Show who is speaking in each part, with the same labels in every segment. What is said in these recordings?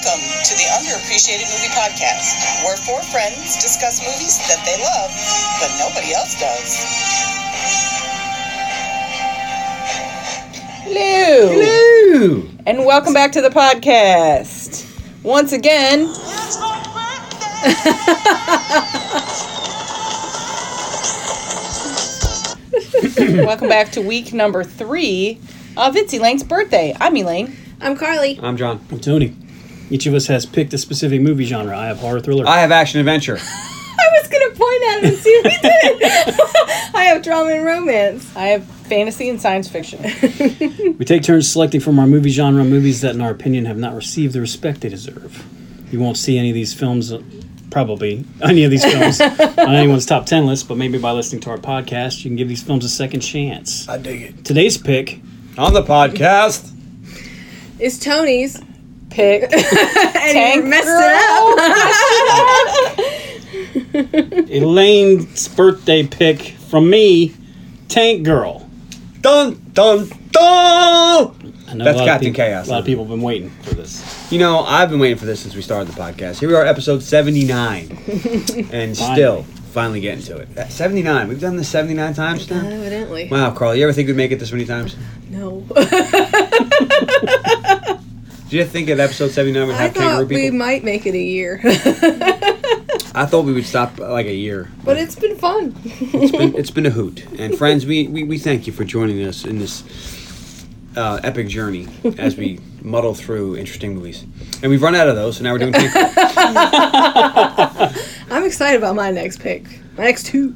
Speaker 1: the Underappreciated Movie Podcast, where four friends discuss movies that they love, but nobody else does.
Speaker 2: Hello.
Speaker 3: Hello.
Speaker 2: And welcome back to the podcast. Once again, welcome back to week number three of It's Elaine's birthday. I'm Elaine.
Speaker 4: I'm Carly.
Speaker 3: I'm John.
Speaker 5: I'm Tony. Each of us has picked a specific movie genre. I have horror thriller.
Speaker 3: I have action adventure.
Speaker 4: I was gonna point at him and see what he did. I have drama and romance.
Speaker 2: I have fantasy and science fiction.
Speaker 5: we take turns selecting from our movie genre movies that, in our opinion, have not received the respect they deserve. You won't see any of these films, uh, probably any of these films, on anyone's top ten list. But maybe by listening to our podcast, you can give these films a second chance.
Speaker 3: I dig it.
Speaker 5: Today's pick.
Speaker 3: On the podcast.
Speaker 4: It's Tony's.
Speaker 2: Pick
Speaker 4: And
Speaker 2: Tank
Speaker 4: you messed
Speaker 2: Girl.
Speaker 4: it up.
Speaker 5: Elaine's birthday pick from me, Tank Girl.
Speaker 3: Dun dun dun.
Speaker 5: I know
Speaker 3: That's
Speaker 5: a lot of
Speaker 3: Captain
Speaker 5: people-
Speaker 3: Chaos.
Speaker 5: A lot of people have been waiting for this.
Speaker 3: You know, I've been waiting for this since we started the podcast. Here we are, episode seventy nine, and still finally getting to it. That seventy nine. We've done this seventy nine times now.
Speaker 4: Evidently.
Speaker 3: Wow, Carl, you ever think we'd make it this many times?
Speaker 4: No.
Speaker 3: Did you think at episode seventy nine we'd
Speaker 4: I
Speaker 3: have kangaroo
Speaker 4: thought we
Speaker 3: people?
Speaker 4: might make it a year.
Speaker 3: I thought we would stop uh, like a year.
Speaker 4: but it's been fun.
Speaker 3: It's been, it's been a hoot. And friends, we, we, we thank you for joining us in this uh, epic journey as we muddle through interesting movies. And we've run out of those, so now we're doing Tank Girl.
Speaker 4: I'm excited about my next pick. My next two.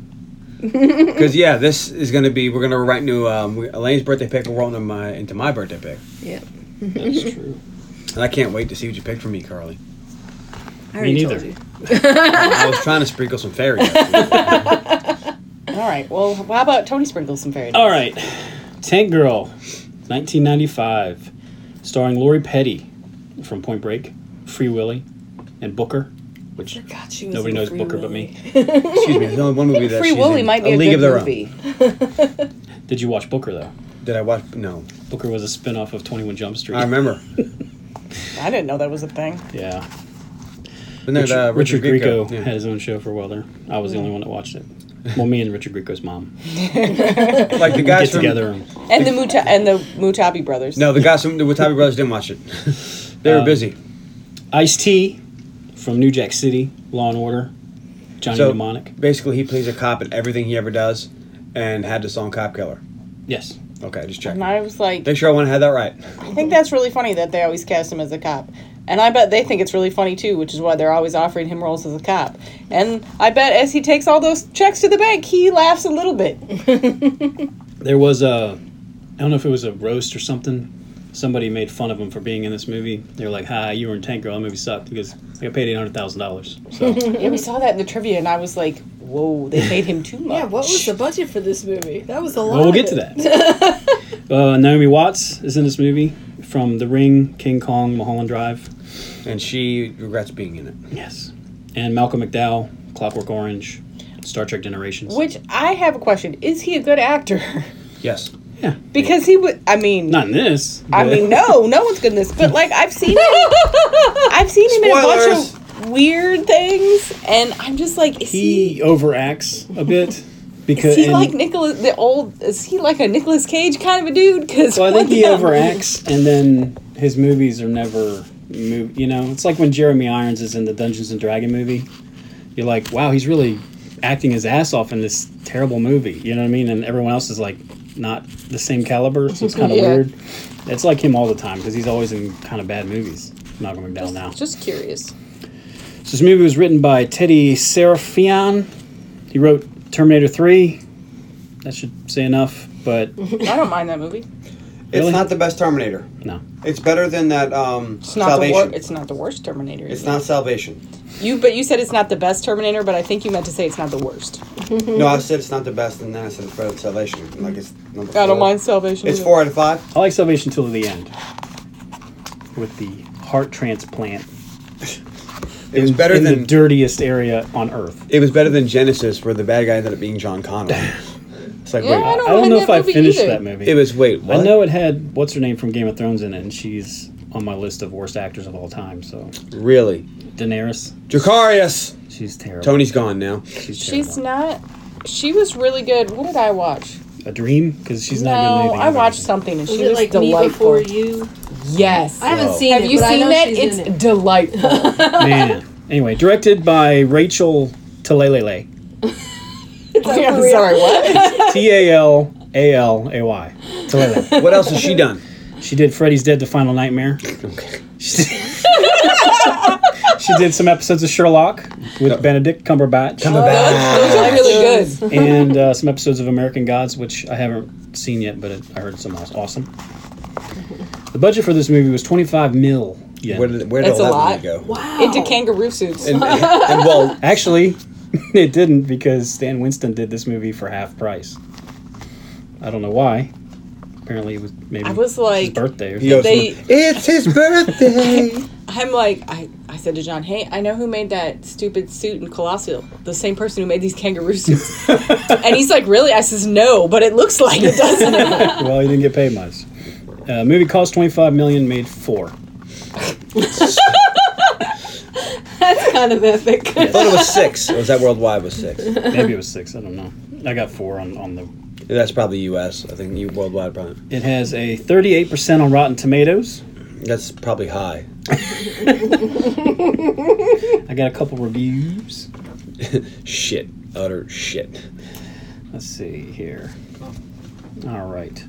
Speaker 3: Because, yeah, this is going to be, we're going to write new, um, we- Elaine's birthday pick, we're rolling them, uh, into my birthday pick.
Speaker 4: Yeah.
Speaker 5: That's true.
Speaker 3: And I can't wait to see what you picked for me, Carly.
Speaker 4: I already
Speaker 5: neither.
Speaker 4: told you.
Speaker 3: I was trying to sprinkle some fairy. dust.
Speaker 2: All right. Well, how about Tony sprinkles some fairy?
Speaker 5: All right, Tank Girl, 1995, starring Lori Petty from Point Break, Free Willy, and Booker, which
Speaker 2: God, she was
Speaker 5: nobody
Speaker 2: in
Speaker 5: knows
Speaker 2: Free
Speaker 5: Booker but
Speaker 2: Willy.
Speaker 5: me.
Speaker 3: Excuse me, there's only one movie that
Speaker 2: Free
Speaker 3: she's
Speaker 2: Willy
Speaker 3: in,
Speaker 2: might be a,
Speaker 3: League
Speaker 2: good
Speaker 3: of Their
Speaker 2: movie.
Speaker 5: Did you watch Booker though?
Speaker 3: Own. Did I watch? No.
Speaker 5: Booker was a spin-off of 21 Jump Street.
Speaker 3: I remember.
Speaker 2: I didn't know that was a thing.
Speaker 5: Yeah.
Speaker 3: Then there's,
Speaker 5: Richard,
Speaker 3: uh,
Speaker 5: Richard Grieco
Speaker 3: Yeah.
Speaker 5: had his own show for a while there. I was the
Speaker 2: Hmm.
Speaker 5: only one that watched it. Well, me and Richard Grieco's mom
Speaker 3: Like the guys
Speaker 5: get
Speaker 3: from-
Speaker 5: together. and-
Speaker 2: And the Muta- and the Mutabi brothers.
Speaker 3: No, the guys from the Watabi Brothers didn't watch it. they were
Speaker 5: Um,
Speaker 3: busy.
Speaker 5: Ice T from New Jack City, Law and Order, Johnny
Speaker 3: So
Speaker 5: Mnemonic.
Speaker 3: basically, he plays a cop in everything he ever does, and had the song "Cop Killer."
Speaker 5: Yes.
Speaker 3: Okay, just
Speaker 2: And
Speaker 3: checking.
Speaker 2: I was like,
Speaker 3: Make sure I want to have that right.
Speaker 2: I think that's really funny that they always cast him as a cop. And I bet they think it's really funny too, which is why they're always offering him roles as a cop. And I bet as he takes all those checks to the bank, he laughs a little bit.
Speaker 5: there was a I don't know if it was a roast or something. Somebody made fun of him for being in this movie. They were like, "Hi, you were in Tank Girl. That movie sucked." because "I got paid eight hundred thousand dollars." So
Speaker 2: yeah, we saw that in the trivia, and I was like, whoa, they paid him too much.
Speaker 4: Yeah, what was the budget for this movie? That was a lot.
Speaker 5: well, we'll
Speaker 4: of
Speaker 5: get to
Speaker 4: it.
Speaker 5: that. uh, Naomi Watts is in this movie from The Ring, King Kong, Mulholland Drive.
Speaker 3: And she regrets being in it.
Speaker 5: Yes, and Malcolm McDowell, Clockwork Orange, Star Trek Generations.
Speaker 2: Which I have a question: Is he a good actor?
Speaker 3: Yes.
Speaker 5: Yeah,
Speaker 2: because he would. I mean,
Speaker 5: not in this.
Speaker 2: I
Speaker 5: but-
Speaker 2: mean, no, no one's good in this. But like, I've seen him. I've seen him in a bunch of weird things, and I'm just like, is he
Speaker 5: he overacts a bit because
Speaker 2: Is he
Speaker 5: and-
Speaker 2: like Nicholas the old? Is he like a Nicholas Cage kind of a dude? Because
Speaker 5: So I think he overacts, and then his movies are never, move, you know, it's like when Jeremy Irons is in the Dungeons and Dragon movie. You're like, wow, he's really acting his ass off in this terrible movie. You know what I mean? And everyone else is like not the same caliber, so it's kind of
Speaker 2: Yeah.
Speaker 5: weird. It's like him all the time because he's always in kind of bad movies. Malcolm McDowell now.
Speaker 2: Just curious.
Speaker 5: So this movie was written by Teddy Serafian. He wrote Terminator 3. That should say enough, but
Speaker 2: I don't mind that movie.
Speaker 3: It's
Speaker 5: Really?
Speaker 3: not the best Terminator.
Speaker 5: no.
Speaker 3: It's better than that um,
Speaker 2: It's not the
Speaker 3: Salvation.
Speaker 2: wor- It's Mm-hmm. not the worst Terminator.
Speaker 3: it's
Speaker 2: either.
Speaker 3: not Salvation.
Speaker 2: You, but you said it's not the best Terminator. But I think you meant to say it's not the worst.
Speaker 3: No, I said it's not the best, and then I said it's better than Salvation. Like it's number four.
Speaker 2: I don't mind Salvation.
Speaker 3: It's
Speaker 2: either.
Speaker 3: four out of five.
Speaker 5: I like Salvation till the end with the heart transplant.
Speaker 3: It was better
Speaker 5: in
Speaker 3: than
Speaker 5: the dirtiest area on earth.
Speaker 3: it was better than Genesis, where the bad guy ended up being John Connor. It's like
Speaker 2: Yeah,
Speaker 3: wait,
Speaker 2: I don't
Speaker 5: I don't
Speaker 2: mind
Speaker 5: know
Speaker 2: that
Speaker 5: if I
Speaker 2: movie
Speaker 5: finished
Speaker 2: either.
Speaker 5: that movie.
Speaker 3: it was wait. What?
Speaker 5: I know it had what's her name from Game of Thrones in it, and she's on my list of worst actors of all time. So
Speaker 3: Really,
Speaker 5: Daenerys,
Speaker 3: Jacarius.
Speaker 5: she's terrible.
Speaker 3: Tony's gone now.
Speaker 5: she's,
Speaker 2: She's
Speaker 5: terrible.
Speaker 2: not. She was really good. What did I watch?
Speaker 5: a dream because she's
Speaker 2: no,
Speaker 5: not good at anything.
Speaker 2: I
Speaker 5: I've
Speaker 2: watched
Speaker 5: ever
Speaker 2: something and
Speaker 4: Was
Speaker 2: she
Speaker 4: it
Speaker 2: was
Speaker 4: like me
Speaker 2: delightful.
Speaker 4: before you?
Speaker 2: Yes.
Speaker 4: I haven't
Speaker 3: Oh.
Speaker 4: seen
Speaker 2: Have
Speaker 4: it.
Speaker 2: you
Speaker 4: but I
Speaker 2: seen
Speaker 4: know
Speaker 2: that?
Speaker 4: she's
Speaker 2: It's
Speaker 4: in it.
Speaker 2: delightful.
Speaker 5: seen. Man. Anyway, directed by Rachel Talalay.
Speaker 2: Okay, I'm sorry. What?
Speaker 5: T A L A L A Y. Talalay.
Speaker 3: What else has she done?
Speaker 5: She did Freddy's Dead: The Final Nightmare.
Speaker 3: Okay.
Speaker 5: She did, she did some episodes of Sherlock with Benedict Cumberbatch.
Speaker 2: Oh, Those are really good.
Speaker 5: and uh, some episodes of American Gods, which I haven't seen yet, but it, I heard some was awesome. The budget for this movie was 25 mil. Yeah,
Speaker 3: Where did, where did
Speaker 2: That's
Speaker 3: all
Speaker 2: a
Speaker 3: that money
Speaker 2: lot.
Speaker 3: go?
Speaker 4: Wow.
Speaker 2: Into kangaroo suits.
Speaker 3: And, and, well,
Speaker 5: actually, it didn't because Stan Winston did this movie for half price. I don't know why. Apparently, it was maybe
Speaker 2: I was like,
Speaker 5: his birthday. Or
Speaker 3: he
Speaker 5: something.
Speaker 3: goes,
Speaker 2: They-
Speaker 3: it's his birthday.
Speaker 2: I'm like, I, I said to John, hey, I know who made that stupid suit in Colossal. The same person who made these kangaroo suits. and he's like, really? I says, no, but it looks like it doesn't.
Speaker 5: well, he didn't get paid much. Uh, movie cost 25 million, made four.
Speaker 4: That's kind of epic.
Speaker 3: I thought it was six. Was that worldwide was six?
Speaker 5: Maybe it was six. I don't know. I got four on, on the
Speaker 3: That's probably U.S. I think you worldwide probably.
Speaker 5: It has a 38% on Rotten Tomatoes.
Speaker 3: That's probably high.
Speaker 5: I got a couple reviews.
Speaker 3: Shit, utter shit.
Speaker 5: Let's see here. All right.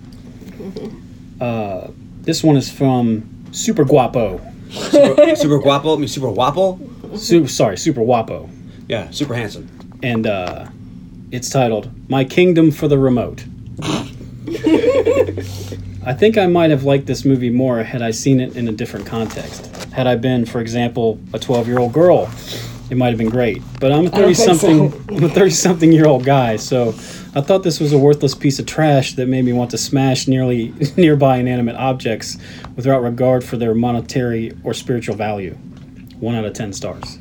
Speaker 5: Uh, this one is from Super Guapo.
Speaker 3: Super, super guapo. I mean, super wapo.
Speaker 5: Su- sorry, Super Guapo.
Speaker 3: Yeah, super handsome.
Speaker 5: And uh, it's titled My Kingdom for the Remote. I think I might have liked this movie more had I seen it in a different context. Had I been, for example, a 12 year old girl, it might have been great. But I'm a 30 something I'm a 30 something year old guy, so I thought this was a worthless piece of trash that made me want to smash nearly nearby inanimate objects without regard for their monetary or spiritual value. 1 out of 10 stars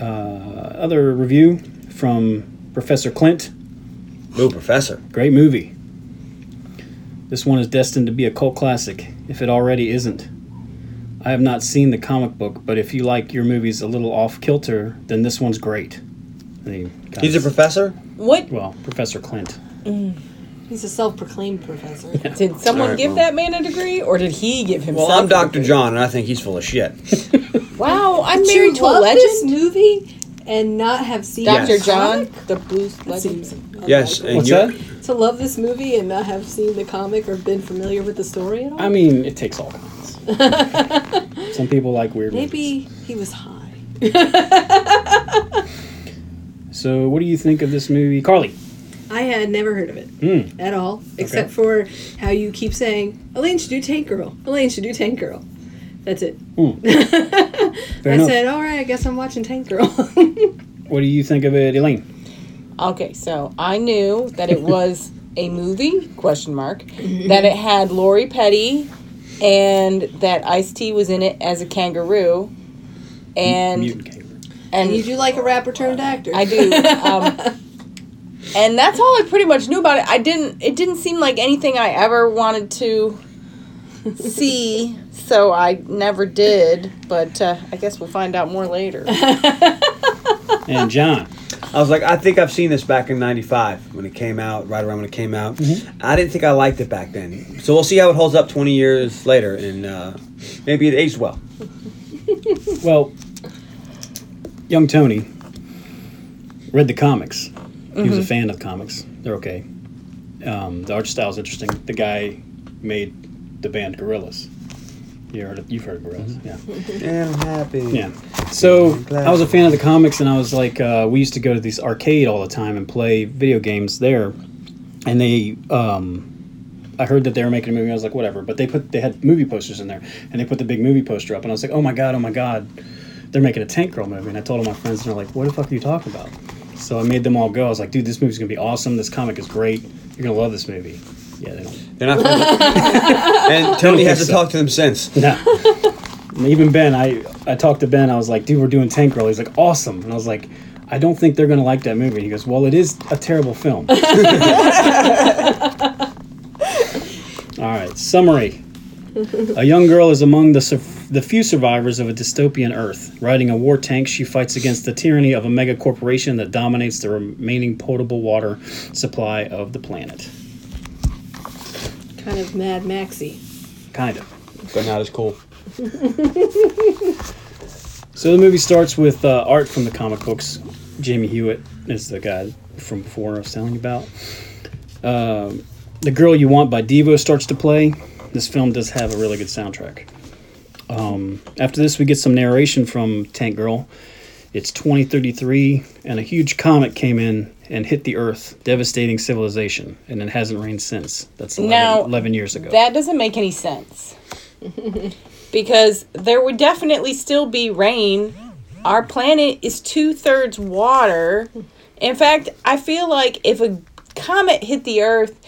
Speaker 5: other review from Professor Clint.
Speaker 3: Ooh, professor.
Speaker 5: Great movie. This one is destined to be a cult classic, if it already isn't. I have not seen the comic book, but if you like your movies a little off kilter, then this one's great. And he got
Speaker 3: He's a
Speaker 5: his-
Speaker 3: professor.
Speaker 2: what?
Speaker 5: well, Professor Clint.
Speaker 4: He's a self-proclaimed professor.
Speaker 2: Did someone
Speaker 3: Alright,
Speaker 2: give
Speaker 3: well.
Speaker 2: that man a degree or did he give himself
Speaker 3: Well, I'm
Speaker 2: a
Speaker 3: Doctor
Speaker 2: degree?
Speaker 3: John, and I think he's full of shit.
Speaker 2: Wow, I'm
Speaker 4: Did
Speaker 2: married
Speaker 4: you
Speaker 2: to a
Speaker 4: love this
Speaker 2: legend.
Speaker 4: movie and not have seen
Speaker 3: Yes.
Speaker 2: Dr.
Speaker 4: the
Speaker 2: John,
Speaker 4: comic?
Speaker 2: the blues
Speaker 4: That seems
Speaker 2: legend.
Speaker 3: Yes,
Speaker 4: unlikely.
Speaker 3: and
Speaker 5: What's
Speaker 3: you're-
Speaker 5: that?
Speaker 4: to love this movie and not have seen the comic or been familiar with the story at all.
Speaker 5: I mean, it takes all kinds. Some people like weird movies.
Speaker 4: Maybe he was high.
Speaker 5: So, what do you think of this movie, Carly?
Speaker 4: I had never heard of it
Speaker 5: Hmm.
Speaker 4: at all, except for how you keep saying Elaine should do Tank Girl. Elaine should do Tank Girl. That's it.
Speaker 5: Fair
Speaker 4: I
Speaker 5: enough.
Speaker 4: said, all right, I guess I'm watching Tank Girl.
Speaker 5: what do you think of it, Elaine?
Speaker 2: Okay, so I knew that it was a movie question mark that it had Lori Petty and that Ice T was in it as a kangaroo and
Speaker 5: Mutant kangaroo.
Speaker 2: and
Speaker 4: you do like a rapper turned actor.
Speaker 2: I do um, and that's all I pretty much knew about it. I didn't it didn't seem like anything I ever wanted to see, so I never did, but uh, I guess we'll find out more later.
Speaker 5: And John.
Speaker 3: I was like, I think I've seen this back in '95 when it came out, right around when it came out.
Speaker 5: Mm-hmm.
Speaker 3: I didn't think I liked it back then, so we'll see how it holds up 20 years later, and uh, maybe it aged well.
Speaker 5: Well, young Tony read the comics. He was a fan of comics. They're okay. Um, the art style's interesting. The guy made the band Gorillas. You heard of, you've heard of Gorillas, yeah.
Speaker 3: And I'm happy.
Speaker 5: Yeah. So
Speaker 3: glad.
Speaker 5: I was a fan of the comics, and I was like, uh, we used to go to this arcade all the time and play video games there. And they, um, I heard that they were making a movie. I was like, whatever. But they put they had movie posters in there, and they put the big movie poster up, and I was like, oh my god, oh my god, they're making a Tank Girl movie. And I told all my friends, and they're like, what the fuck are you talking about? So I made them all go. I was like, dude, this movie's gonna be awesome. This comic is great. You're gonna love this movie. Yeah, they don't.
Speaker 3: They're not. and Tony
Speaker 5: think
Speaker 3: hasn't
Speaker 5: so.
Speaker 3: talked to them since.
Speaker 5: No. Even Ben, I I talked to Ben. I was like, "Dude, we're doing Tank Girl." He's like, "Awesome!" And I was like, "I don't think they're gonna like that movie." He goes, "Well, it is a terrible film." All right, summary. A young girl is among the, sur- the few survivors of a dystopian Earth. Riding a war tank, she fights against the tyranny of a mega corporation that dominates the remaining potable water supply of the planet.
Speaker 4: Kind of Mad Maxi.
Speaker 5: Kind of.
Speaker 3: but not as cool.
Speaker 5: So the movie starts with uh, art from the comic books. Jamie Hewitt is the guy from before I was telling you about. Um, the Girl You Want by Devo starts to play. This film does have a really good soundtrack. Um, after this, we get some narration from Tank Girl. It's 2033, and a huge comet came in and hit the Earth, devastating civilization, and it hasn't rained since. That's 11,
Speaker 6: Now,
Speaker 5: 11 years ago.
Speaker 6: That doesn't make any sense. because there would definitely still be rain. Our planet is two thirds water. In fact, I feel like if a comet hit the Earth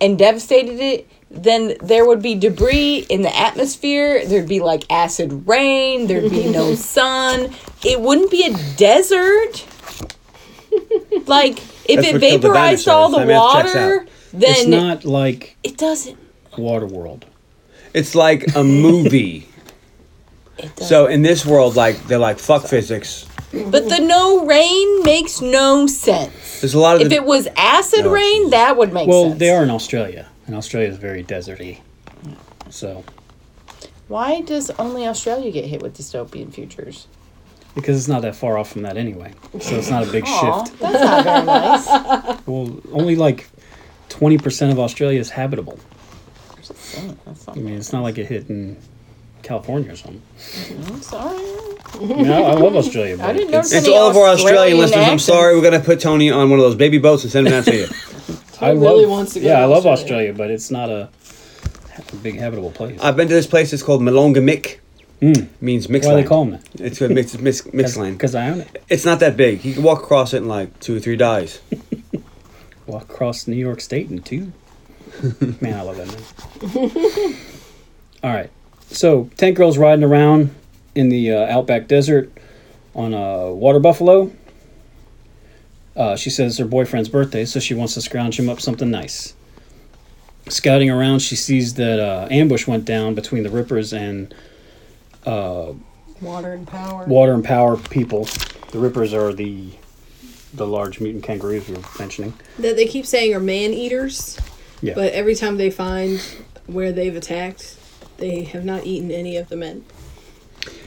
Speaker 6: and devastated it, then there would be debris in the atmosphere. There'd be like acid rain. There'd be no sun. It wouldn't be a desert. Like, if
Speaker 3: That's
Speaker 6: it
Speaker 3: what killed the
Speaker 6: vaporized all the
Speaker 3: dinosaurs. That math checks
Speaker 6: water,
Speaker 3: out.
Speaker 5: it's
Speaker 6: then
Speaker 5: not like
Speaker 6: it doesn't.
Speaker 5: Waterworld.
Speaker 3: It's like a movie.
Speaker 6: It doesn't.
Speaker 3: so in this world, like they're like fuck physics.
Speaker 6: But the no rain makes no sense.
Speaker 3: There's a lot of
Speaker 6: If
Speaker 3: the-
Speaker 6: it was acid
Speaker 3: No.
Speaker 6: rain, that would make
Speaker 5: Well,
Speaker 6: sense.
Speaker 5: they are in Australia, and Australia is very deserty. So,
Speaker 6: Why does only Australia get hit with dystopian futures?
Speaker 5: because it's not that far off from that anyway, so it's not a big
Speaker 6: Aw,
Speaker 5: shift.
Speaker 6: that's not very nice.
Speaker 5: Well, only like twenty percent of Australia is habitable.
Speaker 6: Just saying, that's not
Speaker 5: I mean, it's not like it hit in California or something.
Speaker 6: I'm sorry.
Speaker 5: I, mean, I, I love Australia, but
Speaker 6: I didn't notice
Speaker 5: it's-
Speaker 3: and
Speaker 6: any
Speaker 3: to all of our Australian
Speaker 6: Australian
Speaker 3: listeners, I'm
Speaker 6: accents.
Speaker 3: sorry. We're gonna put Tony on one of those baby boats and send him out to you.
Speaker 5: I
Speaker 4: He really wants to go
Speaker 5: Yeah,
Speaker 4: to
Speaker 5: I love
Speaker 4: Australia.
Speaker 5: Australia, but it's not a, a big habitable place.
Speaker 3: I've been to this place. It's called Malongamik. Mm. Means mixed
Speaker 5: Hmm. Why
Speaker 3: land.
Speaker 5: they call them that?
Speaker 3: It's a mixed, mixed, mixed land.
Speaker 5: Because I own it.
Speaker 3: It's not that big. You can walk across it in like two or three days.
Speaker 5: Walk across New York State in two. man, I love that man. All right, so Tank Girl's riding around in the uh, outback desert on a water buffalo. Uh, she says it's her boyfriend's birthday, so she wants to scrounge him up something nice. Scouting around, she sees that uh, ambush went down between the Rippers and
Speaker 4: Water and power.
Speaker 5: Water and Power people. The Rippers are the the large mutant kangaroos we were mentioning.
Speaker 4: That they keep saying are man eaters,
Speaker 5: Yeah.
Speaker 4: but every time they find where they've attacked, they have not eaten any of the men.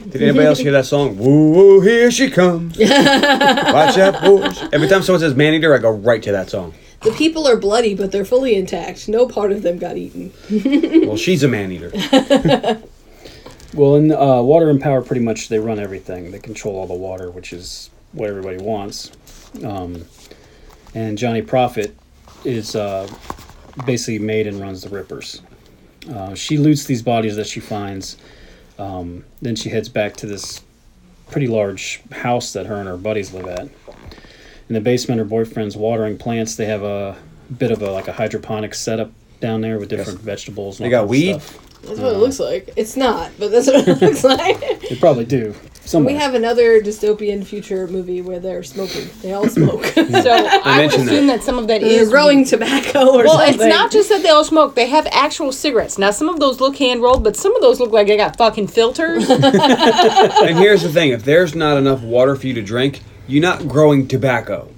Speaker 3: Did anybody else hear that song? Woo woo, here she comes. Watch out, boys. Every time someone says man eater, I go right to that song.
Speaker 4: The people are bloody, but they're fully intact. No part of them got eaten.
Speaker 3: Well, she's a man eater.
Speaker 5: Well, in uh, water and power, pretty much they run everything. They control all the water, which is what everybody wants. Um, and Johnny Profit is uh, basically made and runs the Rippers. Uh, she loots these bodies that she finds. Um, then she heads back to this pretty large house that her and her buddies live at. In the basement, her boyfriend's watering plants. They have a bit of a like a hydroponic setup down there with different vegetables. And
Speaker 3: They
Speaker 5: all
Speaker 3: got
Speaker 5: kinds of
Speaker 3: weed?
Speaker 5: stuff.
Speaker 4: That's what it looks like. It's not, but that's what it looks like.
Speaker 5: They probably do. Somewhere.
Speaker 4: We have another dystopian future movie where they're smoking. They all smoke.
Speaker 6: So I, would
Speaker 3: mentioned
Speaker 6: assume that. some of that
Speaker 4: they're
Speaker 6: is
Speaker 4: growing tobacco or
Speaker 6: Well,
Speaker 4: something.
Speaker 6: it's not just that they all smoke. They have actual cigarettes. Now, some of those look hand rolled, but some of those look like they got fucking filters.
Speaker 3: and here's the thing: if there's not enough water for you to drink, you're not growing tobacco.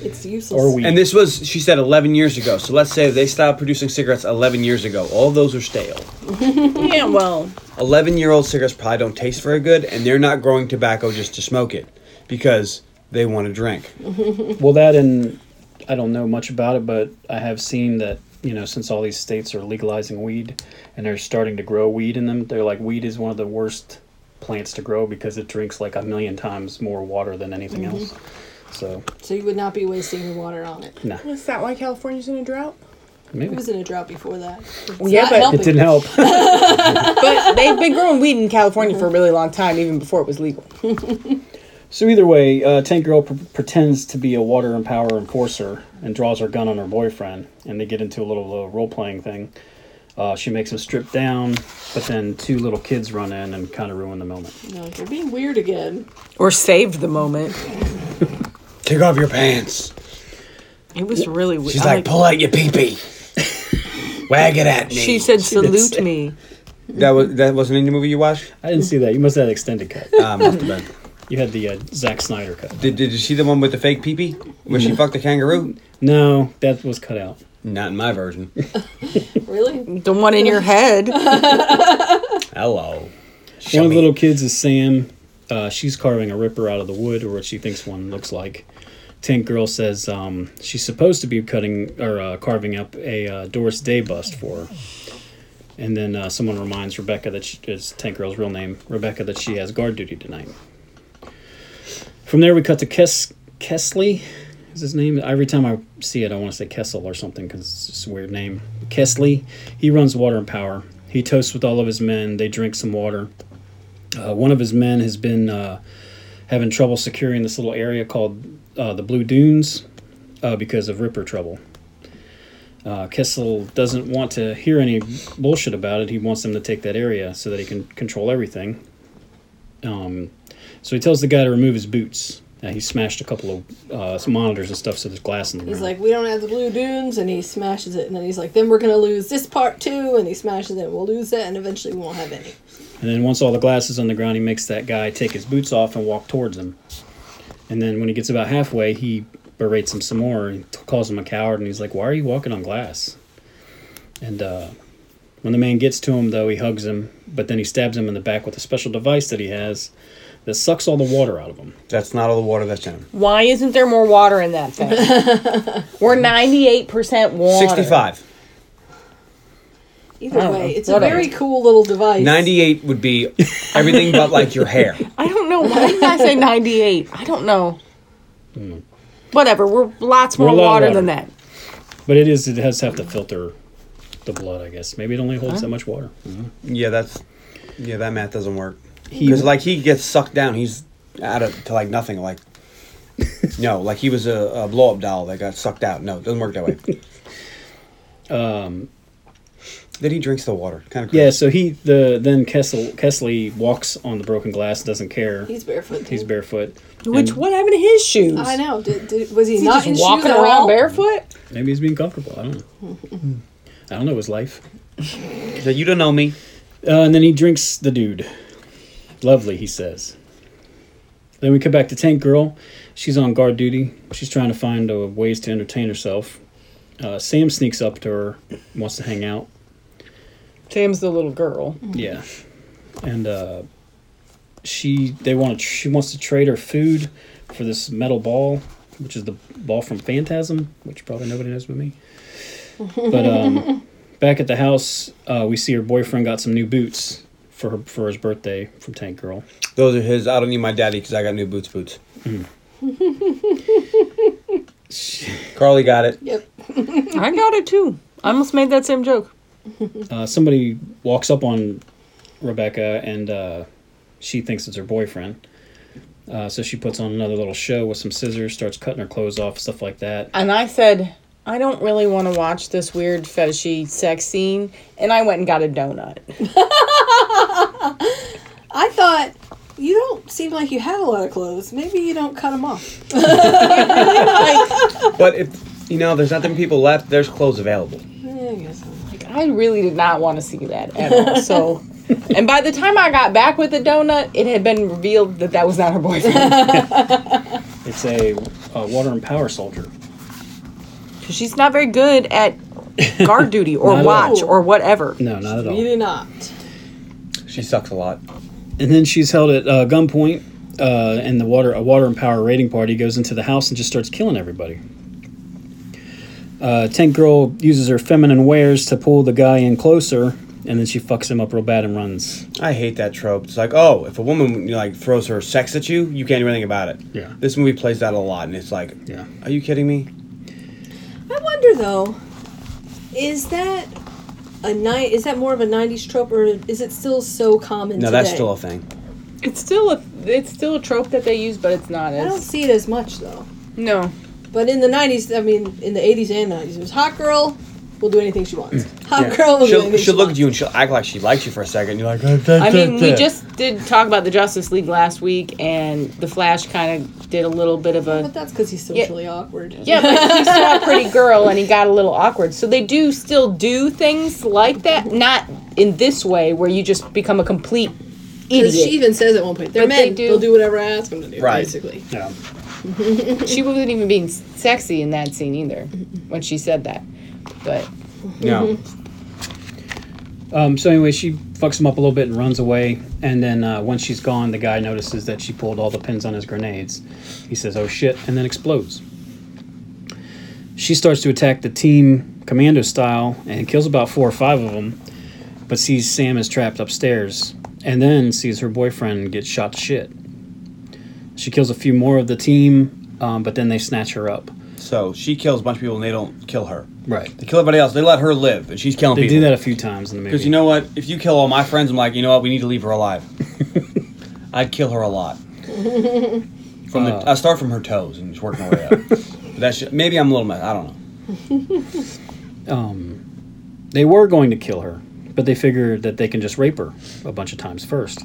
Speaker 4: It's useless.
Speaker 5: or weed.
Speaker 3: And this was, she said, 11 years ago. So let's say they stopped producing cigarettes 11 years ago. All those are stale.
Speaker 6: yeah, well,
Speaker 3: 11 year old cigarettes probably don't taste very good, and they're not growing tobacco just to smoke it because they want to drink.
Speaker 5: Well, that and I don't know much about it, but I have seen that you know since all these states are legalizing weed and they're starting to grow weed in them, they're like weed is one of the worst plants to grow because it drinks like a million times more water than anything
Speaker 2: Mm-hmm.
Speaker 5: else. So
Speaker 4: So you would not be wasting your water on it.
Speaker 5: nah,
Speaker 2: Is that why California's in a drought?
Speaker 5: maybe
Speaker 4: It was in a drought before that. It's
Speaker 2: yeah,
Speaker 4: not
Speaker 2: but-
Speaker 4: helping.
Speaker 5: it didn't help.
Speaker 2: But they've been growing weed in California for a really long time, even before it was legal.
Speaker 5: So either way, uh, Tank Girl pr- pretends to be a water and power enforcer and draws her gun on her boyfriend, and they get into a little uh, role playing thing. Uh, she makes him strip down, but then two little kids run in and kind of ruin the moment.
Speaker 4: No, you're being weird again.
Speaker 2: Or saved the moment.
Speaker 3: Take off your pants.
Speaker 2: It was really weird.
Speaker 3: She's like, pull out your pee pee. Wag it at me.
Speaker 2: She said,
Speaker 5: did
Speaker 2: "Salute
Speaker 5: say-
Speaker 2: me."
Speaker 3: that was that wasn't in the movie you watched.
Speaker 5: I didn't see that. You must have had extended cut.
Speaker 3: Uh, must have been.
Speaker 5: You had the uh, Zack Snyder cut.
Speaker 3: Did, did you see the one with the fake pee-pee where she fucked the kangaroo?
Speaker 5: No, that was cut out.
Speaker 3: Not in my version.
Speaker 4: Really?
Speaker 2: The one in your head.
Speaker 3: Hello.
Speaker 5: one of
Speaker 3: Shimmy.
Speaker 5: the little kids is Sam. Uh, she's carving a ripper out of the wood, or what she thinks one looks like. Tank Girl says um, she's supposed to be cutting or uh, carving up a uh, Doris Day bust for her. And then uh, someone reminds Rebecca that she is Tank Girl's real name, Rebecca, that she has guard duty tonight. From there, we cut to Kes- Kesley. Is his name? Every time I see it, I want to say Kessel or something because it's just a weird name. Kesley. He runs water and power. He toasts with all of his men. They drink some water. Uh, one of his men has been uh, having trouble securing this little area called uh, the Blue Dunes uh, because of Ripper trouble. Uh, Kessel doesn't want to hear any bullshit about it. He wants them to take that area so that he can control everything. Um, so he tells the guy to remove his boots. Uh, he smashed a couple of uh, some monitors and stuff, so there's glass in the
Speaker 4: He's
Speaker 5: room.
Speaker 4: like, we don't have the blue dunes, and he smashes it, and then he's like, then we're gonna lose this part too, and he smashes it, and we'll lose that, and eventually we won't have any.
Speaker 5: And then once all the glass is on the ground, he makes that guy take his boots off and walk towards him. And then when he gets about halfway, he berates him some more. He t- calls him a coward, and he's like, "Why are you walking on glass?" And uh, when the man gets to him, though, he hugs him, but then he stabs him in the back with a special device that he has that sucks all the water out of him.
Speaker 3: That's not all the water that's in him.
Speaker 6: Why isn't there more water in that thing? We're 98% water.
Speaker 3: 65.
Speaker 4: Either
Speaker 2: Oh,
Speaker 6: don't
Speaker 4: way,
Speaker 6: know.
Speaker 4: it's a
Speaker 6: Whatever.
Speaker 4: very cool little device.
Speaker 3: 98 would be everything but like your hair.
Speaker 6: I don't know. Why did I say 98? I don't know. Whatever. Hmm. We're lots more
Speaker 5: We're a lot of
Speaker 6: water,
Speaker 5: water.
Speaker 6: than that.
Speaker 5: But it is it has to have to filter the blood, I guess. Maybe it only holds that much water.
Speaker 3: Yeah, that's yeah. That math doesn't work. Because like he gets sucked down, he's out of to like nothing. Like no, like he was a, a blow up doll that got sucked out. No, it doesn't work that way. um, then he drinks the water. Kind of
Speaker 5: Yeah. So he the then Kessel Kessley walks on the broken glass, doesn't care.
Speaker 4: He's barefoot.
Speaker 5: He's barefoot.
Speaker 2: Which what happened to his shoes?
Speaker 4: I know. Did, did, was he not
Speaker 2: Not
Speaker 4: in
Speaker 2: just walking
Speaker 4: shoes at
Speaker 2: around
Speaker 4: all?
Speaker 2: barefoot.
Speaker 5: Maybe he's being comfortable. I don't know. I don't know his life.
Speaker 3: Yeah, you don't know me.
Speaker 5: Uh, and then he drinks the dude. Lovely, he says. Then we come back to Tank Girl. She's on guard duty. She's trying to find uh, ways to entertain herself. Uh, Sam sneaks up to her, wants to hang out.
Speaker 2: Sam's the little girl.
Speaker 5: Yeah, and uh, she they want to she wants to trade her food for this metal ball, which is the ball from Phantasm, which probably nobody knows but me. But um, back at the house, uh, we see her boyfriend got some new boots for her for his birthday from Tank Girl.
Speaker 3: Those are his. I don't need my daddy because I got new boots. Boots. Carly got it.
Speaker 4: Yep.
Speaker 2: I got it too. I almost made that same joke.
Speaker 5: Uh, somebody walks up on Rebecca and uh, she thinks it's her boyfriend. Uh, so she puts on another little show with some scissors, starts cutting her clothes off, stuff like that.
Speaker 6: And I said, I don't really want to watch this weird fetishy sex scene. And I went and got a donut.
Speaker 4: I thought you don't seem like you have a lot of clothes. Maybe you don't cut them off.
Speaker 3: But if you know, there's not that many people left. There's clothes available.
Speaker 4: Yeah, I guess so.
Speaker 6: Like, I really did not want to see that at all. So, and by the time I got back with the donut, it had been revealed that that was not her boyfriend.
Speaker 5: It's a uh, water and power soldier.
Speaker 6: 'Cause She's not very good at guard duty or
Speaker 5: Not at all.
Speaker 6: watch or whatever.
Speaker 5: No, not at all.
Speaker 4: Really not.
Speaker 3: She sucks a lot.
Speaker 5: And then she's held at uh, gunpoint, uh, and the water a water and power raiding party goes into the house and just starts killing everybody. Uh, Tank Girl uses her feminine wares to pull the guy in closer, and then she fucks him up real bad and runs.
Speaker 3: I hate that trope. It's like, oh, if a woman you know, like throws her sex at you, you can't do anything about it.
Speaker 5: Yeah.
Speaker 3: This movie plays that a lot, and it's like,
Speaker 5: Yeah.
Speaker 3: are you kidding me?
Speaker 4: I wonder though, is that a night? Is that more of a '90s trope, or is it still so common?
Speaker 3: No,
Speaker 4: today?
Speaker 3: that's still a thing.
Speaker 6: It's still a it's still a trope that they use, but it's not
Speaker 4: I don't
Speaker 6: as
Speaker 4: see it as much though.
Speaker 6: no.
Speaker 4: But in the '90s, I mean, in the '80s and '90s, it was hot girl,
Speaker 2: will do anything she wants.
Speaker 4: Hot girl will
Speaker 3: Mm.
Speaker 4: do
Speaker 3: She'll,
Speaker 4: anything
Speaker 3: she'll
Speaker 4: she
Speaker 3: look at
Speaker 4: wants.
Speaker 3: you and she'll act like she likes you for a second. You're like,
Speaker 6: Uh,
Speaker 7: I mean, we just did talk about the Justice League last week, and the Flash kind of did a little bit of a
Speaker 4: But that's because he's socially awkward.
Speaker 7: yeah, but he saw a pretty girl and he got a little awkward. So they do still do things like that, not in this way where you just become a complete idiot.
Speaker 4: 'Cause
Speaker 7: She,
Speaker 4: she even says at one point, they're
Speaker 7: But
Speaker 4: men.
Speaker 7: they
Speaker 4: They
Speaker 7: do-
Speaker 4: will do whatever I ask them to do,
Speaker 3: Right.
Speaker 4: basically.
Speaker 5: Yeah.
Speaker 7: wasn't even being sexy in that scene either when she said that. But
Speaker 3: no.
Speaker 5: Um, so anyway, she fucks him up a little bit and runs away. And then uh, once she's gone, the guy notices that she pulled all the pins on his grenades. He says, "Oh shit!" and then explodes. She starts to attack the team commando style and kills about four or five of them, but sees Sam is trapped upstairs, and then sees her boyfriend get shot to shit. She kills a few more of the team, um, but then they snatch her up.
Speaker 3: So she kills a bunch of people and they don't kill her.
Speaker 5: Right.
Speaker 3: They kill everybody else. They let her live, and she's killing
Speaker 5: They
Speaker 3: people.
Speaker 5: do that a few times in the movie.
Speaker 3: Because you know what? If you kill all my friends, I'm like, you know what? We need to leave her alive. I'd kill her a lot. From
Speaker 5: Uh.
Speaker 3: the, I start from her toes and just work my way up. but that's ju- maybe I'm a little mad. I don't know.
Speaker 5: They were going to kill her, but they figure that they can just rape her a bunch of times first.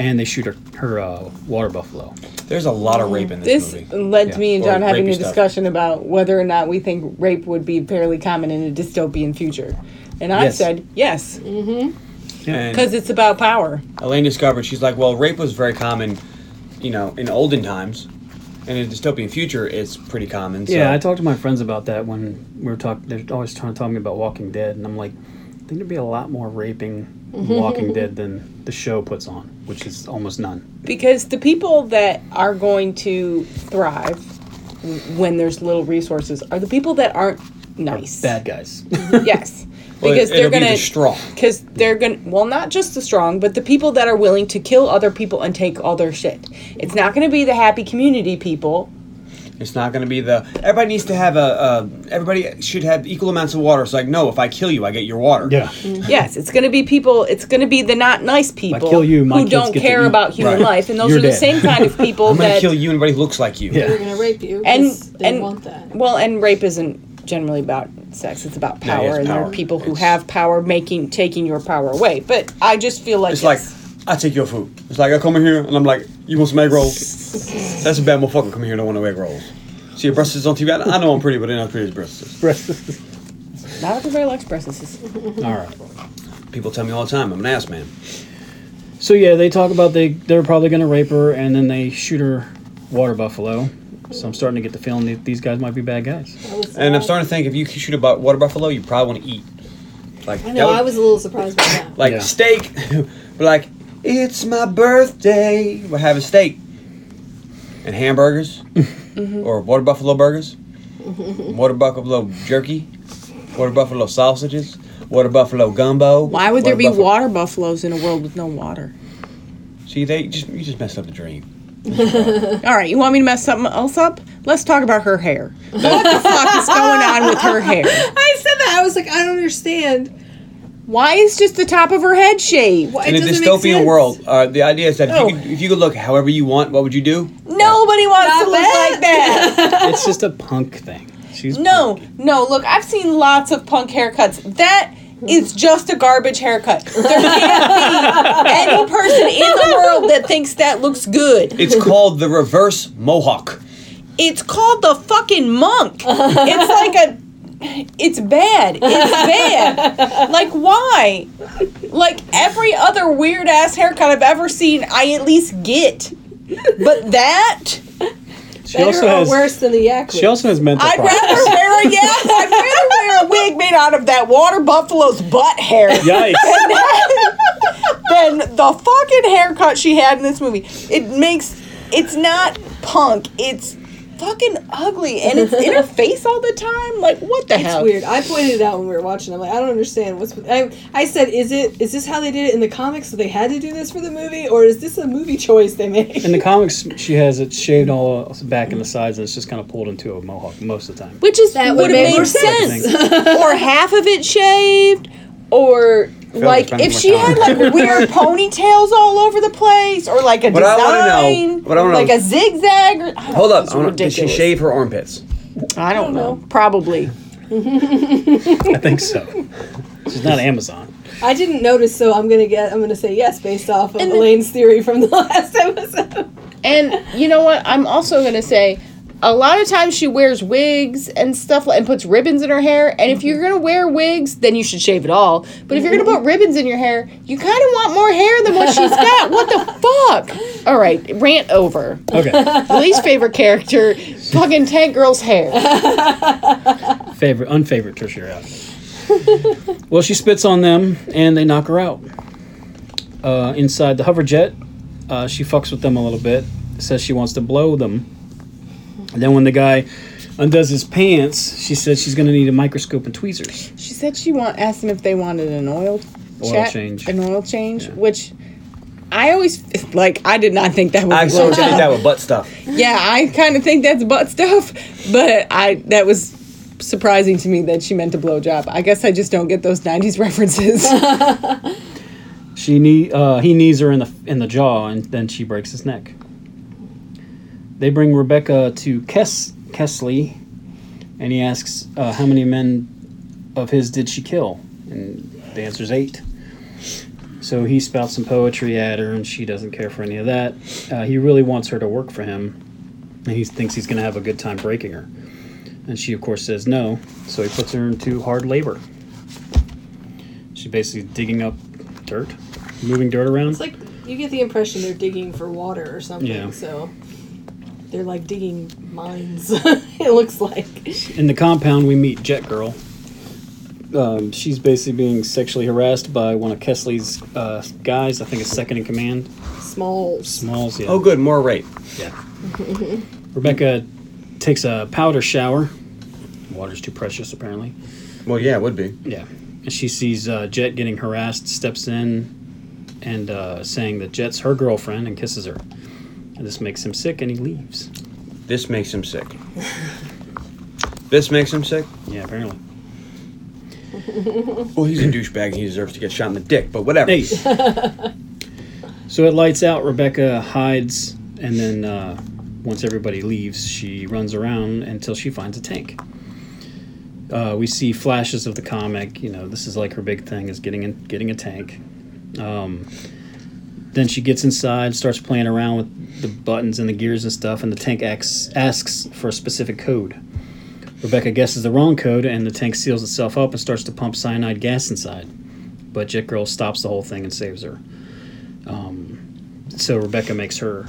Speaker 5: And they shoot her, her uh, water buffalo.
Speaker 3: There's a lot of rape in this,
Speaker 2: This
Speaker 3: movie.
Speaker 2: led
Speaker 5: Yeah.
Speaker 2: to me and
Speaker 3: Or
Speaker 2: John having
Speaker 3: rapey
Speaker 2: a
Speaker 3: stuff.
Speaker 2: discussion about whether or not we think rape would be fairly common in a dystopian future. And I
Speaker 5: Yes.
Speaker 2: said yes,
Speaker 3: And
Speaker 2: because it's about power.
Speaker 3: Elaine discovered she's like, well, rape was very common, you know, in olden times, and in a dystopian future, it's pretty common. So.
Speaker 5: Yeah, I talked to my friends about that when we were talking. They're always trying to tell me about Walking Dead, and I'm like, I think there'd be a lot more raping in Walking Dead than the show puts on, which is almost none.
Speaker 2: Because the people that are going to thrive w- when there's little resources are the people that aren't nice.
Speaker 5: Bad guys.
Speaker 2: Yes.
Speaker 3: Well,
Speaker 2: Because
Speaker 3: it-
Speaker 2: they're
Speaker 3: it'll be
Speaker 2: gonna
Speaker 3: the strong.
Speaker 2: because they're gonna well not just the strong but the people that are willing to kill other people and take all their shit it's not gonna be the happy community people
Speaker 3: It's not going to be the everybody needs to have a uh, everybody should have equal amounts of water. It's like, no, if I kill you, I get your water.
Speaker 5: yeah.
Speaker 2: yes it's gonna be people it's gonna be the not nice people
Speaker 5: kill you, my
Speaker 2: who
Speaker 5: kids
Speaker 2: don't
Speaker 5: get to
Speaker 2: care
Speaker 5: eat.
Speaker 2: about human
Speaker 3: Right.
Speaker 2: life and those
Speaker 5: You're
Speaker 2: are the
Speaker 5: dead.
Speaker 2: same kind of people
Speaker 3: I'm going to
Speaker 2: that
Speaker 3: kill you. Anybody who looks like you.
Speaker 5: Yeah.
Speaker 4: They're going to rape you
Speaker 2: and
Speaker 4: 'cause they
Speaker 2: and
Speaker 4: want that.
Speaker 2: well and rape isn't generally about sex it's about
Speaker 3: Yeah,
Speaker 2: power
Speaker 3: it is
Speaker 2: and there are
Speaker 3: power.
Speaker 2: people who
Speaker 3: It's-
Speaker 2: have power making taking your power away but i just feel like
Speaker 3: It's like, I take your food. It's like, I come in here and I'm like, you want some egg rolls? That's a bad motherfucker come here and don't want no egg rolls. See, your breasts is on TV. I I know I'm pretty, but they're not pretty as breasts. is.
Speaker 2: not everybody likes breasts
Speaker 5: All right.
Speaker 3: People tell me all the time, I'm an ass man.
Speaker 5: So yeah, they talk about they they're probably gonna rape her, and then they shoot her water buffalo. So I'm starting to get the feeling that these guys might be bad guys.
Speaker 3: And I'm starting to think if you shoot a bu- water buffalo, you probably want to eat. Like,
Speaker 4: I
Speaker 3: that
Speaker 4: know,
Speaker 3: would-
Speaker 4: I was a little surprised by that.
Speaker 3: like
Speaker 5: Yeah.
Speaker 3: steak. We're like, it's my birthday. We're having steak and hamburgers
Speaker 4: Mm-hmm.
Speaker 3: or water buffalo burgers, water buffalo jerky, water buffalo sausages, water buffalo gumbo.
Speaker 2: why would there be
Speaker 3: buffalo-
Speaker 2: water buffaloes in a world with no water
Speaker 3: See, they just you just messed up the dream.
Speaker 2: All right, you want me to mess something else up? Let's talk about her hair. What the fuck is going on with her hair?
Speaker 4: I said that. I was like, I don't understand.
Speaker 2: Why is just the top of her head shaved?
Speaker 4: Why,
Speaker 3: In
Speaker 4: it
Speaker 3: a
Speaker 4: doesn't make
Speaker 3: dystopian
Speaker 4: sense.
Speaker 3: world, uh, the idea is that
Speaker 2: No.
Speaker 3: if, you could, if you could look however you want, what would you do?
Speaker 2: Nobody wants
Speaker 4: Not
Speaker 2: to look
Speaker 4: bad.
Speaker 2: like that.
Speaker 5: it's just a punk thing. She's
Speaker 2: No, no, look, I've seen lots of punk haircuts. That is just a garbage haircut. There can't be any person in the world that thinks that looks good.
Speaker 3: It's called the reverse mohawk.
Speaker 2: It's called the fucking monk. It's like a it's bad. It's bad. Like why? Like every other weird ass haircut I've ever seen, I at least get. But that
Speaker 5: She
Speaker 4: Better
Speaker 5: also
Speaker 4: or
Speaker 5: has
Speaker 4: worse than the yak.
Speaker 5: she also has mental
Speaker 2: I'd
Speaker 5: problems.
Speaker 2: rather wear a yeah, I'd rather wear a wig made out of that water buffalo's butt hair
Speaker 5: Yikes!
Speaker 2: than the fucking haircut she had in this movie. It makes it's not punk. It's fucking ugly and it's in her face all the time. Like what the hell?
Speaker 4: It's weird. I pointed it out when we were watching. I'm like, I don't understand what's. with- I, I said, is it is this how they did it in the comics? So they had to do this for the movie, or is this a movie choice they made?
Speaker 5: In the comics, she has it shaved all back in the sides, and it's just kind of pulled into a mohawk most of the time.
Speaker 2: Which is
Speaker 4: That
Speaker 2: would
Speaker 4: would
Speaker 2: have
Speaker 4: make more
Speaker 2: made
Speaker 5: sense.
Speaker 2: sense. or half of it shaved, or like
Speaker 3: spending
Speaker 2: if
Speaker 3: more
Speaker 2: she
Speaker 3: time.
Speaker 2: had like weird ponytails all over the place, or like a
Speaker 3: What I wanna know-
Speaker 2: design,
Speaker 3: what I wanna
Speaker 2: like
Speaker 3: know-
Speaker 2: a zigzag. Or, I don't
Speaker 3: Hold
Speaker 2: know,
Speaker 3: up,
Speaker 2: it's
Speaker 3: I wanna- did she
Speaker 2: ridiculous.
Speaker 3: shave her armpits?
Speaker 2: I don't know. Probably.
Speaker 5: I think so. She's not Amazon.
Speaker 4: I didn't notice, so I'm gonna get. I'm gonna say yes based off of Elaine's theory from the last episode.
Speaker 7: And you know what? I'm also gonna say, a lot of times she wears wigs and stuff, like- and puts ribbons in her hair. And if you're gonna wear wigs, then you should shave it all. But if you're gonna put ribbons in your hair, you kind of want more hair than what she's got. What the fuck? All right, rant over.
Speaker 5: Okay.
Speaker 7: Least favorite character, fucking Tank Girl's hair.
Speaker 5: Favorite, unfavorite tertiary out. well, she spits on them and they knock her out. Uh, inside the hover jet, uh, she fucks with them a little bit, says she wants to blow them. And then when the guy undoes his pants, she says she's going to need a microscope and tweezers.
Speaker 7: She said she want asked them if they wanted an oil,
Speaker 5: Oil
Speaker 7: chat-
Speaker 5: change.
Speaker 7: an oil change, which. I always like. I did not think that was.
Speaker 3: I
Speaker 7: a
Speaker 3: associate
Speaker 7: blowjob.
Speaker 3: that with butt stuff.
Speaker 7: Yeah, I kind of think that's butt stuff, but I that was surprising to me that she meant a blowjob. I guess I just don't get those '90s references.
Speaker 5: She knee, uh, he knees her in the in the jaw, and then she breaks his neck. They bring Rebecca to Kes- Kesley, and he asks uh, how many men of his did she kill, and the answer is eight. So he spouts some poetry at her, and she doesn't care for any of that. Uh, he really wants her to work for him, and he thinks he's going to have a good time breaking her. And she, of course, says no. So he puts her into hard labor. She's basically digging up dirt, moving dirt around.
Speaker 4: It's like you get the impression they're digging for water or something.
Speaker 5: Yeah.
Speaker 4: So they're like digging mines. it looks like.
Speaker 5: In the compound, we meet Jet Girl. Um, she's basically being sexually harassed by one of Kesley's uh, guys. I think it's second in command.
Speaker 4: Small.
Speaker 5: Smalls, yeah.
Speaker 3: Oh, good, more rape.
Speaker 5: yeah. Rebecca takes a powder shower. Water's too precious, apparently.
Speaker 3: Well, yeah, it would be.
Speaker 5: Yeah. And she sees uh, Jet getting harassed, steps in, and uh, saying that Jet's her girlfriend and kisses her. And this makes him sick, and he leaves.
Speaker 3: This makes him sick. this makes him sick.
Speaker 5: Yeah, apparently.
Speaker 3: Well, he's a douchebag and he deserves to get shot in the dick, but whatever.
Speaker 5: Hey. so it lights out. Rebecca hides, and then uh, once everybody leaves, she runs around until she finds a tank. Uh, we see flashes of the comic. You know, this is like her big thing is getting in, getting a tank. Um, then she gets inside, starts playing around with the buttons and the gears and stuff, and the tank asks, asks for a specific code. Rebecca guesses the wrong code, and the tank seals itself up and starts to pump cyanide gas inside but Jet Girl stops the whole thing and saves her. Um, so Rebecca makes her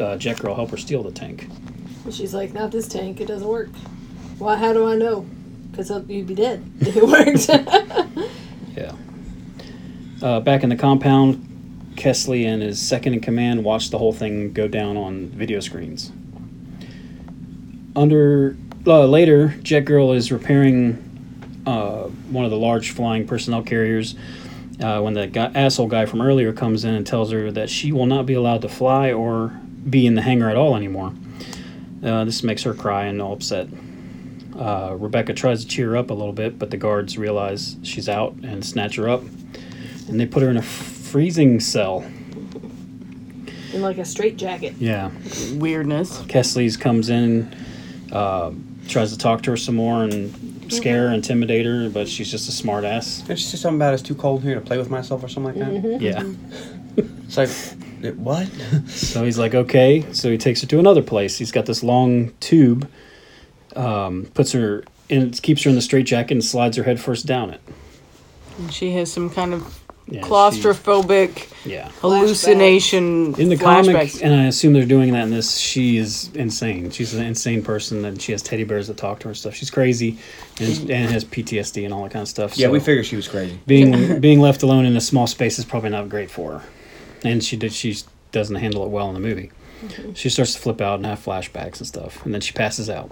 Speaker 5: uh, Jet Girl help her steal the tank.
Speaker 4: She's like, not this tank. It doesn't work. Why? How do I know? Because you'd be dead. if It worked.
Speaker 5: Yeah. Uh, back in the compound, Kesley and his second in command watch the whole thing go down on video screens. Under uh, later, Jet Girl is repairing uh, one of the large flying personnel carriers. Uh, when the guy, asshole guy from earlier comes in and tells her that she will not be allowed to fly or be in the hangar at all anymore, uh, this makes her cry and all upset. Uh, Rebecca tries to cheer her up a little bit, but the guards realize she's out and snatch her up, and they put her in a freezing cell.
Speaker 4: In like a straight jacket.
Speaker 5: Yeah,
Speaker 2: Weirdness.
Speaker 5: Kesley's comes in, uh, tries to talk to her some more and scare her, intimidate her, but she's just a smartass.
Speaker 3: Did she say something about it's too cold here to play with myself or something like
Speaker 4: Mm-hmm.
Speaker 3: that?
Speaker 5: Yeah.
Speaker 3: It's like, it- what?
Speaker 5: So he's like, okay. So he takes her to another place. He's got this long tube, um, puts her in, keeps her in the straitjacket, and slides her head first down it.
Speaker 2: She has some kind of
Speaker 5: Yeah, she-
Speaker 2: claustrophobic
Speaker 5: yeah.
Speaker 2: hallucination
Speaker 5: in the
Speaker 2: flashbacks.
Speaker 5: comic, and I assume they're doing that in this. She is insane. She's an insane person, and she has teddy bears that talk to her and stuff. She's crazy, and, and has PTSD and all that kind of stuff.
Speaker 3: Yeah,
Speaker 5: so
Speaker 3: we figured she was crazy.
Speaker 5: being being left alone in a small space is probably not great for her, and she did she doesn't handle it well in the movie. She starts to flip out and have flashbacks and stuff, and then she passes out.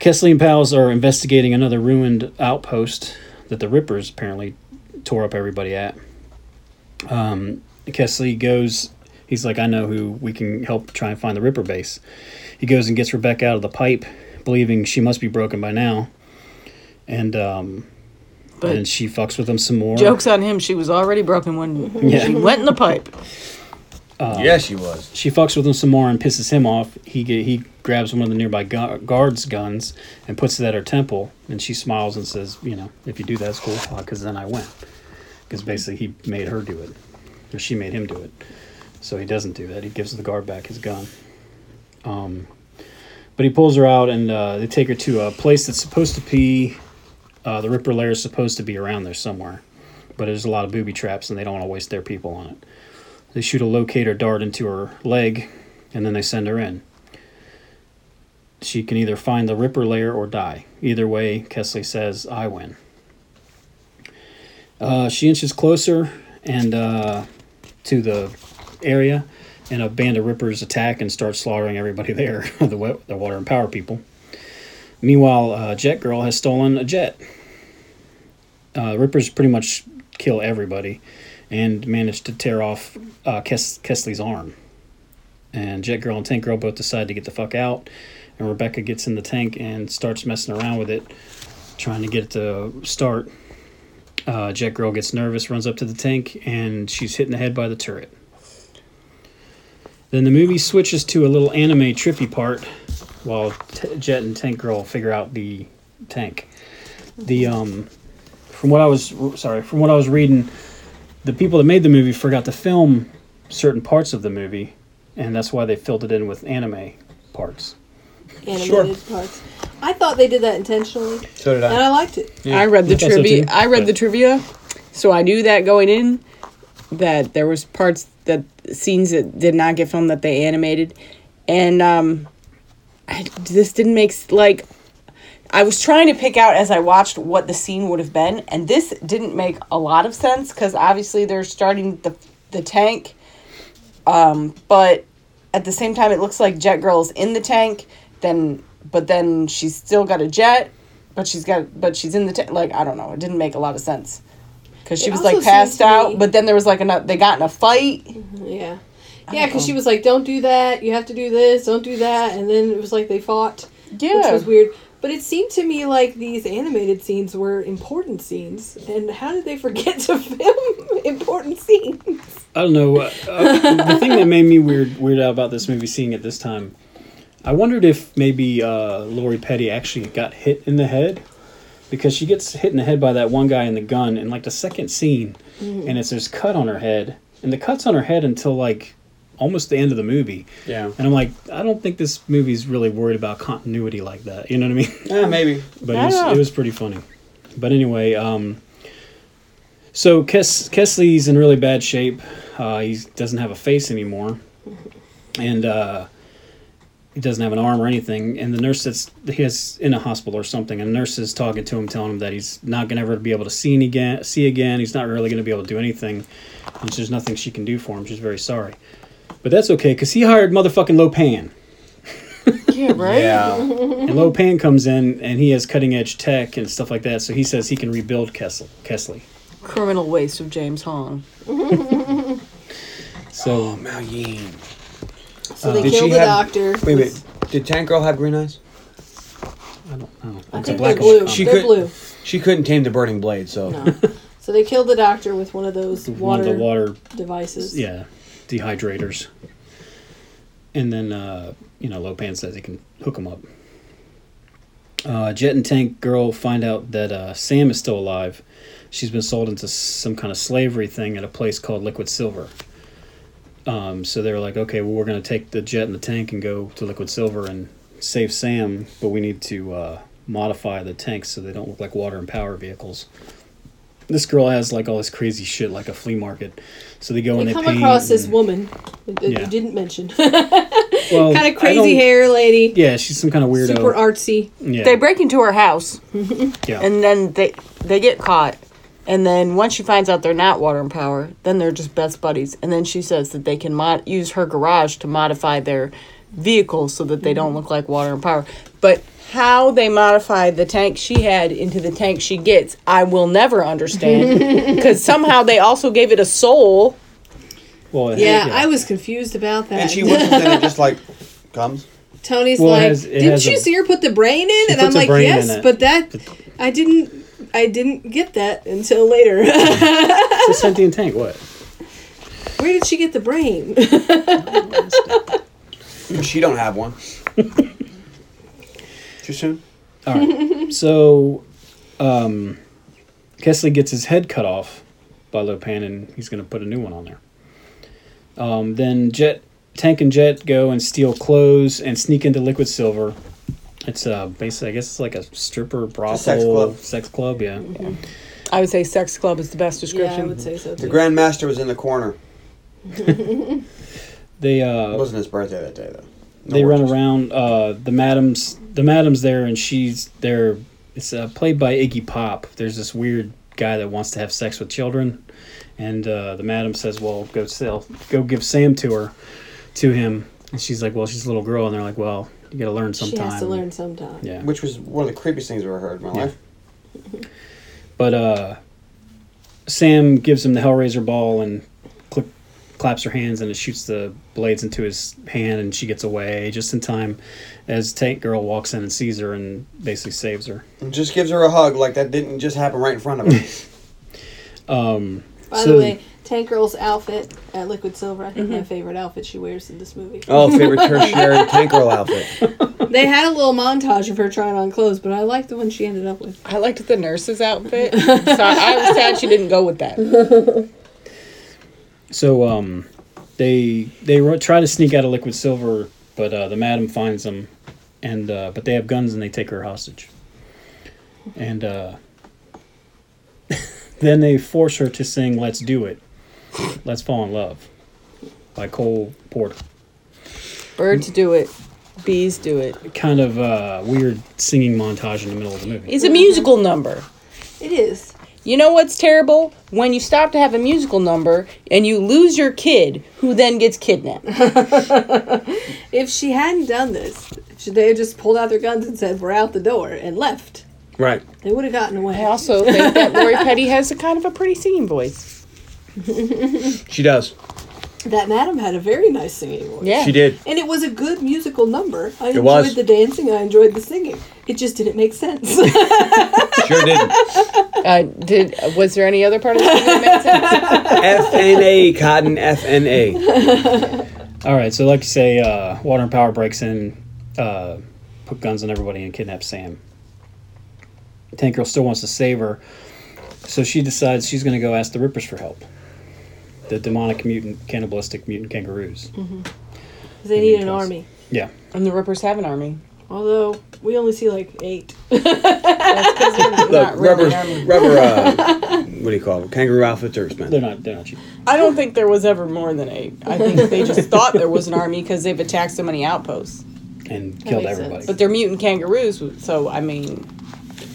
Speaker 5: Kesley and pals are investigating another ruined outpost that the Rippers apparently tore up everybody at. Um, Kesley goes. He's like, I know who we can help try and find the Ripper base. He goes and gets Rebecca out of the pipe, believing she must be broken by now. And um,
Speaker 2: But-
Speaker 5: and she fucks with him some more.
Speaker 2: Jokes on him. She was already broken when
Speaker 5: Mm-hmm. Yeah.
Speaker 2: she went in the pipe.
Speaker 3: yeah, she was.
Speaker 5: She fucks with him some more and pisses him off. He get, he grabs one of the nearby gu- guards' guns and puts it at her temple. And she smiles and says, "You know, if you do that, it's cool, because then I win." Because basically, he made her do it, or she made him do it. So he doesn't do that. He gives the guard back his gun. Um, but he pulls her out, and uh, they take her to a place that's supposed to be. Uh, the Ripper Lair is supposed to be around there somewhere, but there's a lot of booby traps, and they don't want to waste their people on it. They shoot a locator dart into her leg, and then they send her in. She can either find the Ripper layer or die. Either way, Kesley says, I win. Uh, she inches closer and uh, to the area, and a band of Rippers attack and start slaughtering everybody there, the, wa- the water and power people. Meanwhile, uh, Jet Girl has stolen a jet. Uh, Rippers pretty much kill everybody and managed to tear off uh, Kes- Kesley's arm. And Jet Girl and Tank Girl both decide to get the fuck out. And Rebecca gets in the tank and starts messing around with it, trying to get it to start. Uh, Jet Girl gets nervous, runs up to the tank, and she's hit in the head by the turret. Then the movie switches to a little anime trippy part while T- Jet and Tank Girl figure out the tank. The um, from what I was sorry, from what I was reading, the people that made the movie forgot to film certain parts of the movie, and that's why they filled it in with anime parts.
Speaker 4: Animated parts. I thought they did that intentionally,
Speaker 3: So did
Speaker 4: and
Speaker 3: I.
Speaker 4: I liked it.
Speaker 2: I read the
Speaker 5: I thought so
Speaker 2: trivia.
Speaker 5: too,
Speaker 2: I read the
Speaker 5: but-
Speaker 2: trivia, so I knew that going in that there was parts that scenes that did not get filmed that they animated, and um, I, this didn't make s- like. I was trying to pick out as I watched what the scene would have been, and this didn't make a lot of sense because obviously they're starting the the tank, um, but at the same time it looks like Jet Girl's in the tank. Then, but then she's still got a jet, but she's got but she's in the tank. Like I don't know, it didn't make a lot of sense because she
Speaker 4: It
Speaker 2: was
Speaker 4: also
Speaker 2: like
Speaker 4: seemed
Speaker 2: passed
Speaker 4: to me-
Speaker 2: out. But then there was like another. They got in a fight.
Speaker 4: Yeah, yeah, because she was like, "Don't do that. You have to do this. Don't do that." And then it was like they fought, which was weird. But it seemed to me like these animated scenes were important scenes, and how did they forget to film important scenes?
Speaker 5: I don't know. Uh, uh, the thing that made me weird weird out about this movie, seeing it this time, I wondered if maybe uh, Lori Petty actually got hit in the head because she gets hit in the head by that one guy in the gun in like the second scene, and it's this cut on her head, and the cut's on her head until like almost the end of the movie.
Speaker 3: Yeah.
Speaker 5: And I'm like, I don't think this movie's really worried about continuity like that. You know what I mean?
Speaker 3: Yeah, maybe.
Speaker 5: but it was, it was pretty funny. But anyway, um, so Kes- Kesley's in really bad shape. Uh, he doesn't have a face anymore, and uh, he doesn't have an arm or anything. And the nurse that's he is in a hospital or something. And the nurse is talking to him, telling him that he's not gonna ever be able to see any again. See again. He's not really gonna be able to do anything. And there's nothing she can do for him. She's very sorry, but that's okay because he hired motherfucking Lopan.
Speaker 3: Yeah.
Speaker 5: And Lopan comes in and he has cutting edge tech and stuff like that, so he says he can rebuild Kessel Kesley.
Speaker 2: Criminal waste of James Hong.
Speaker 5: So
Speaker 3: Malyin.
Speaker 4: So
Speaker 5: Uh,
Speaker 4: they
Speaker 3: Did
Speaker 4: killed
Speaker 3: she
Speaker 4: the
Speaker 3: have-
Speaker 4: doctor.
Speaker 3: Wait, wait. Did Tank Girl have green eyes?
Speaker 5: I don't know.
Speaker 4: I
Speaker 5: It's a
Speaker 4: think they're
Speaker 5: black and white
Speaker 4: blue.
Speaker 5: comic.
Speaker 3: She
Speaker 4: they're
Speaker 3: could-
Speaker 4: blue.
Speaker 3: She couldn't tame the burning blade, so
Speaker 4: No. so they killed the doctor with one of those
Speaker 5: One
Speaker 4: water,
Speaker 5: of the water,
Speaker 4: devices.
Speaker 5: yeah, dehydrators. And then uh, you know, Lopan says he can hook him up. Uh, Jet and Tank Girl find out that uh, Sam is still alive. She's been sold into some kind of slavery thing at a place called Liquid Silver. Um, so they were like, okay, well, we're going to take the jet and the tank and go to Liquid Silver and save Sam, but we need to uh, modify the tanks so they don't look like water and power vehicles. This girl has like all this crazy shit, like a flea market. So they go and
Speaker 4: They
Speaker 5: they
Speaker 4: come
Speaker 5: paint
Speaker 4: across this
Speaker 5: and-
Speaker 4: woman that
Speaker 5: Yeah.
Speaker 4: you didn't mention.
Speaker 5: well,
Speaker 4: kind of
Speaker 5: I don't-
Speaker 4: crazy hair lady.
Speaker 5: Yeah, she's some kind of weirdo.
Speaker 4: Super artsy.
Speaker 5: yeah,
Speaker 2: They break into her house
Speaker 5: yeah.
Speaker 2: and then they they get caught. And then once she finds out they're not water and power, then they're just best buddies. And then she says that they can mod- use her garage to modify their vehicles so that they don't look like water and power. But how they modify the tank she had into the tank she gets, I will never understand. Because somehow they also gave it a soul.
Speaker 5: well, it-
Speaker 4: Yeah, I was confused about that.
Speaker 3: And she wasn't then it just like comes.
Speaker 4: Tony's
Speaker 5: Well, it
Speaker 4: like,
Speaker 5: has- it
Speaker 4: didn't
Speaker 5: has
Speaker 4: you
Speaker 5: a-
Speaker 4: see her put the brain in? And I'm
Speaker 5: puts a
Speaker 4: like,
Speaker 5: brain
Speaker 4: yes,
Speaker 5: in it.
Speaker 4: but that I didn't. I didn't get that until later.
Speaker 5: it's a sentient tank. What?
Speaker 4: Where did she get the brain?
Speaker 3: She don't have one. Too soon?
Speaker 5: So, um, Kesley gets his head cut off by Lopan, and he's going to put a new one on there. Um, then Jet, Tank, and Jet go and steal clothes and sneak into Liquid Silver. It's uh, basically, I guess, it's like a stripper brothel,
Speaker 3: sex club.
Speaker 5: sex club, yeah.
Speaker 2: I would say sex club is the best
Speaker 4: yeah, I
Speaker 2: description.
Speaker 4: would say so.
Speaker 3: The
Speaker 4: Too.
Speaker 3: Grandmaster was in the corner.
Speaker 5: They
Speaker 3: It
Speaker 5: uh,
Speaker 3: wasn't his birthday that day, though. No
Speaker 5: they run
Speaker 3: orgies.
Speaker 5: around. Uh, the madam's the madam's there, and she's there. It's uh, played by Iggy Pop. There's this weird guy that wants to have sex with children, and uh, the madam says, "Well, go sell, go give Sam to her, to him." And she's like, "Well, she's a little girl," and they're like, "Well, you got to learn
Speaker 4: She
Speaker 5: sometime."
Speaker 4: has to learn sometime.
Speaker 5: Yeah.
Speaker 3: Which was one of the creepiest things I've ever heard in my life.
Speaker 5: But uh, Sam gives him the Hellraiser ball and clip, claps her hands and it shoots the blades into his hand and she gets away just in time as Tank Girl walks in and sees her and basically saves her.
Speaker 3: And just gives her a hug like that didn't just happen right in front of her.
Speaker 5: Um,
Speaker 4: By
Speaker 5: so-
Speaker 4: the way, Tank Girl's outfit at Liquid Silver, I think my favorite outfit she wears in this movie.
Speaker 3: oh, favorite tertiary tank girl outfit.
Speaker 4: They had a little montage of her trying on clothes, but I like the one she ended up with.
Speaker 2: I liked the nurse's outfit. so I was sad she didn't go with that.
Speaker 5: So um, they they ro- try to sneak out of Liquid Silver, but uh, the madam finds them, and uh, but they have guns and they take her hostage. And uh, then they force her to sing "Let's Do It," "Let's Fall in Love" by Cole Porter.
Speaker 2: Birds do it. Bees do it.
Speaker 5: Kind of uh, weird singing montage in the middle of the movie.
Speaker 2: It's a musical number.
Speaker 4: It is.
Speaker 2: You know what's terrible? When you stop to have a musical number and you lose your kid, who then gets kidnapped.
Speaker 4: If she hadn't done this, if she- they had just pulled out their guns and said, We're out the door, and left,
Speaker 3: Right.
Speaker 4: they would have gotten away.
Speaker 7: I also think that Lori Petty has a kind of a pretty singing voice.
Speaker 3: She does.
Speaker 4: That madam had a very nice singing voice.
Speaker 7: Yeah.
Speaker 3: She did.
Speaker 4: And it was a good musical number. I enjoyed
Speaker 3: was.
Speaker 4: the dancing, I enjoyed the singing. It just didn't make sense.
Speaker 3: Sure did.
Speaker 7: Uh, did was there any other part of the singing that made sense?
Speaker 3: FNA, Cotton FNA.
Speaker 5: All right, so like you say, uh, Water and Power breaks in, uh, put guns on everybody, and kidnaps Sam. Tank Girl still wants to save her, so she decides she's going to go ask the Rippers for help. The demonic mutant, cannibalistic mutant kangaroos.
Speaker 4: Mm-hmm. they need an army.
Speaker 5: Yeah,
Speaker 2: And the Rippers have an army.
Speaker 4: Although, we only see like eight.
Speaker 3: Look, rubber, rubber, uh, what do you call it? Kangaroo outfits are
Speaker 5: they're
Speaker 3: expensive.
Speaker 5: not. They're not cheap.
Speaker 2: I don't think there was ever more than eight. I think they just thought there was an army because they've attacked so many outposts.
Speaker 5: And killed
Speaker 4: makes
Speaker 5: everybody.
Speaker 4: sense.
Speaker 2: But they're mutant kangaroos, so I mean,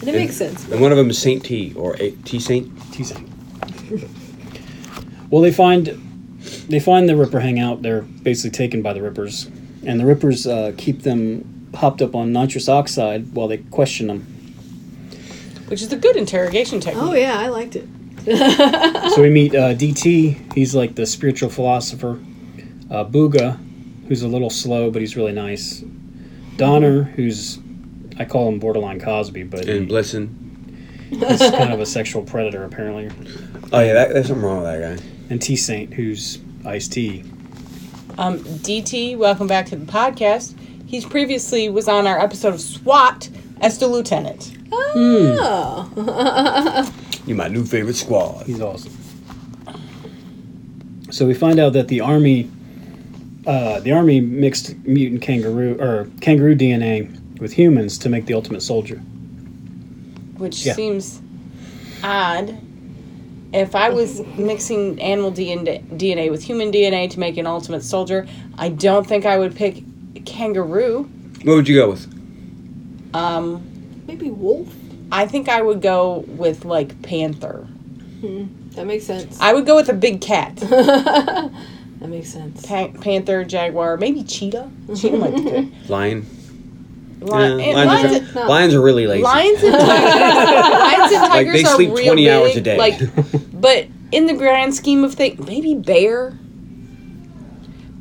Speaker 4: And it makes sense.
Speaker 3: And one of them is Saint T or a- T Saint.
Speaker 5: Teasing. well, they find they find the Ripper hangout. They're basically taken by the Rippers, and the Rippers uh, keep them hopped up on nitrous oxide while they question them.
Speaker 2: which is a good interrogation technique.
Speaker 4: Oh, yeah, I liked it.
Speaker 5: So we meet uh, DT. He's like the spiritual philosopher. Uh, Booga, who's a little slow, but he's really nice. Donner, who's I call him borderline Cosby, but
Speaker 3: And
Speaker 5: he's
Speaker 3: Blitzen.
Speaker 5: kind of a sexual predator apparently.
Speaker 3: Oh, yeah, that, there's something wrong with that guy.
Speaker 5: And T Saint, who's Ice T.
Speaker 2: Um, DT, welcome back to the podcast. He's previously was on our episode of SWAT as the lieutenant.
Speaker 3: You my new favorite squad.
Speaker 5: He's awesome. So we find out that the army, uh, the army mixed mutant kangaroo or kangaroo DNA with humans to make the ultimate soldier.
Speaker 2: which
Speaker 5: Yeah.
Speaker 2: seems odd. If I was mixing animal DNA DNA with human DNA to make an ultimate soldier, I don't think I would pick kangaroo.
Speaker 3: What would you go with?
Speaker 4: Maybe wolf?
Speaker 2: I think I would go with like panther.
Speaker 4: That makes sense.
Speaker 2: I would go with a big cat.
Speaker 4: that makes sense.
Speaker 2: Pa- panther, jaguar, maybe cheetah. Cheetah might be good.
Speaker 3: Lion.
Speaker 2: Lion,
Speaker 3: Yeah,
Speaker 2: and
Speaker 3: lions,
Speaker 2: eh, lions,
Speaker 3: are,
Speaker 2: and-
Speaker 3: tra- lions are really lazy.
Speaker 2: lions and tigers. lions and
Speaker 3: Like,
Speaker 2: tigers
Speaker 3: they
Speaker 2: are
Speaker 3: sleep
Speaker 2: real
Speaker 3: 20 hours a
Speaker 2: big,
Speaker 3: day.
Speaker 2: Like, but in the grand scheme of things, maybe bear.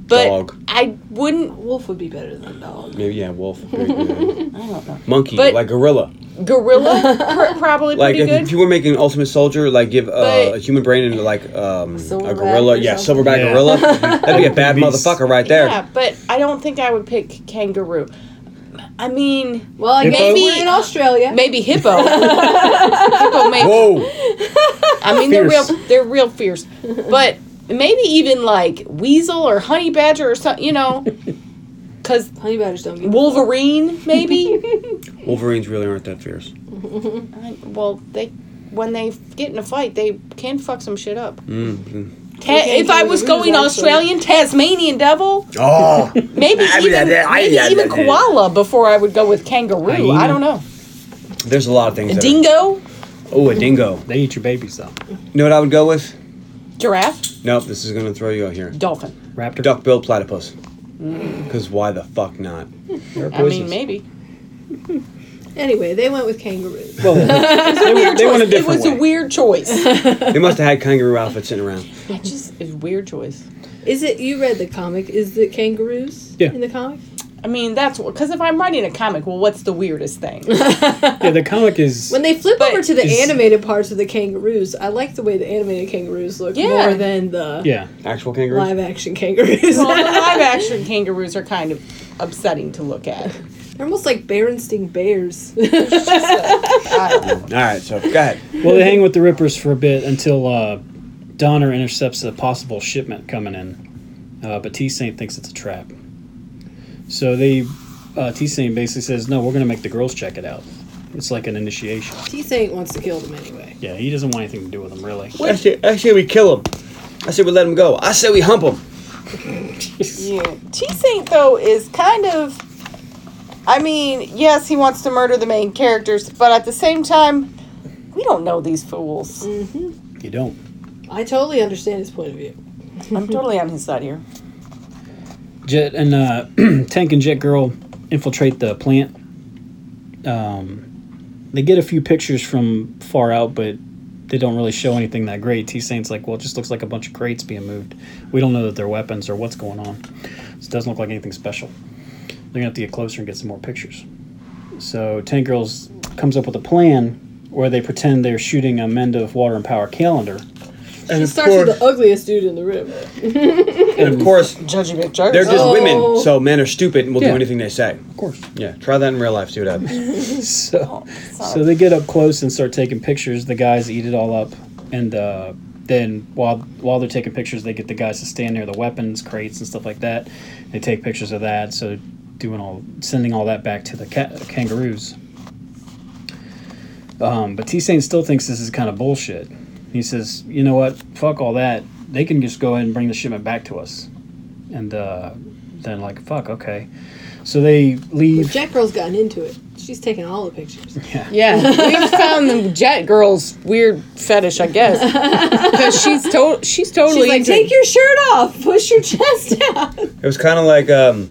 Speaker 6: But
Speaker 3: Dog.
Speaker 6: I wouldn't.
Speaker 4: Wolf would be better than dog.
Speaker 3: Maybe yeah, wolf. Very good. Monkey,
Speaker 6: But-
Speaker 3: like gorilla.
Speaker 6: Gorilla pr- probably
Speaker 3: Like
Speaker 6: pretty
Speaker 3: if,
Speaker 6: good.
Speaker 3: if you were making Ultimate Soldier, like give uh,
Speaker 6: But-
Speaker 3: a human brain into like um, a
Speaker 4: Silverback
Speaker 3: gorilla,
Speaker 4: or
Speaker 3: yeah,
Speaker 4: something.
Speaker 3: silverback
Speaker 5: Yeah.
Speaker 3: gorilla, that'd be a bad
Speaker 5: Beast.
Speaker 3: motherfucker right there.
Speaker 6: Yeah, but I don't think I would pick kangaroo. I mean,
Speaker 4: Well, I
Speaker 5: Hippo?
Speaker 4: guess we're in Australia.
Speaker 6: maybe hippo. hippo may
Speaker 3: Whoa!
Speaker 6: I mean, they're real.
Speaker 5: Fierce.
Speaker 6: They're real fierce. But maybe even like weasel or honey badger or something. You know, because
Speaker 4: Honey badgers don't get
Speaker 6: Wolverine maybe.
Speaker 3: Wolverines really aren't that fierce.
Speaker 6: I- well, they when they get in a fight, they can fuck some shit up.
Speaker 3: Mm.
Speaker 6: Ta- if I was going Australian, Tasmanian devil,
Speaker 3: Oh,
Speaker 6: maybe
Speaker 3: I mean,
Speaker 6: even
Speaker 3: I- I-
Speaker 6: maybe
Speaker 3: I-
Speaker 6: even
Speaker 3: I-
Speaker 6: koala before I would go with kangaroo. I
Speaker 5: Hyena.
Speaker 6: don't know.
Speaker 3: there's a lot of things. that are-
Speaker 6: Dingo,
Speaker 3: Oh, a dingo.
Speaker 5: They eat your babies though.
Speaker 3: You know what I would go with?
Speaker 6: giraffe,
Speaker 3: Nope, this is gonna throw you out here.
Speaker 6: dolphin.
Speaker 5: Raptor.
Speaker 3: Duck-billed platypus. Because why the fuck not?
Speaker 5: They're
Speaker 6: I mean,
Speaker 5: poisonous.
Speaker 6: maybe.
Speaker 4: Anyway, they went with kangaroos.
Speaker 5: Well, they, they went a
Speaker 6: It
Speaker 5: different
Speaker 6: was a
Speaker 5: way.
Speaker 6: weird choice.
Speaker 3: They must have had kangaroo outfits sitting around.
Speaker 6: it just is weird choice.
Speaker 4: Is it? You read the comic? Is the kangaroos
Speaker 5: Yeah.
Speaker 4: in the comic?
Speaker 6: I mean, that's because if I'm writing a comic, well, what's the weirdest thing?
Speaker 5: yeah, the comic is.
Speaker 4: When they flip
Speaker 6: But
Speaker 4: over to the
Speaker 5: is-
Speaker 4: animated parts of the kangaroos, I like the way the animated kangaroos look
Speaker 6: Yeah.
Speaker 4: more than the
Speaker 5: yeah,
Speaker 3: Actual kangaroos?
Speaker 4: live action kangaroos.
Speaker 6: well, the live action kangaroos are kind of upsetting to look at.
Speaker 4: They're almost like Berenstain bears.
Speaker 3: All right, so go ahead.
Speaker 5: well, they hang with the Rippers for a bit until uh, Donner intercepts a possible shipment coming in, uh, but T Saint thinks it's a trap. So they, uh, T Saint basically says, "No, we're going to make the girls check it out. It's like an initiation."
Speaker 4: T Saint wants to kill them anyway.
Speaker 5: Yeah, he doesn't want anything to do with them really.
Speaker 3: I say, I say we kill him. I say we let him go. I say we hump him.
Speaker 6: Yeah. T Saint, though, is kind of. I mean, yes, he wants to murder the main characters, but at the same time, we don't know these fools.
Speaker 2: Mm-hmm.
Speaker 5: You don't.
Speaker 4: I totally understand his point of view.
Speaker 6: I'm totally on his side here.
Speaker 5: Jet and uh, Tank and Jet Girl infiltrate the plant. Um, they get a few pictures from far out, but they don't really show anything that great. T Saint's like, well, it just looks like a bunch of crates being moved. We don't know that they're weapons or what's going on. So it doesn't look like anything special. They're gonna have to get closer and get some more pictures. So Tank Girls comes up with a plan where they pretend they're shooting a Mendo of Water and Power calendar.
Speaker 3: And
Speaker 4: He
Speaker 3: of,
Speaker 4: starts with
Speaker 3: course,
Speaker 4: the ugliest dude in the room.
Speaker 3: and of course,
Speaker 6: Judgy Big
Speaker 3: they're just
Speaker 4: Oh.
Speaker 3: women, so men are stupid and will do
Speaker 5: Yeah.
Speaker 3: anything they say.
Speaker 5: Of course.
Speaker 3: Yeah, try that in real life, see what happens.
Speaker 5: So, so they get up close and start taking pictures. The guys eat it all up, and uh, then while while they're taking pictures, they get the guys to stand near the weapons crates and stuff like that. They take pictures of that. So, doing all sending all that back to the ca- kangaroos. Um, but T Sane still thinks this is kind of bullshit. He says, "You know what? Fuck all that. They can just go ahead and bring the shipment back to us." And uh, then like, fuck, okay. So they leave.
Speaker 4: Jet Girl's gotten into it. She's taking all the pictures.
Speaker 2: Yeah, we found the jet girl's weird fetish, I guess, because she's to- she's
Speaker 4: She's
Speaker 2: totally
Speaker 4: like,
Speaker 2: into-
Speaker 4: take your shirt off, push your chest out.
Speaker 3: It was kind of like um,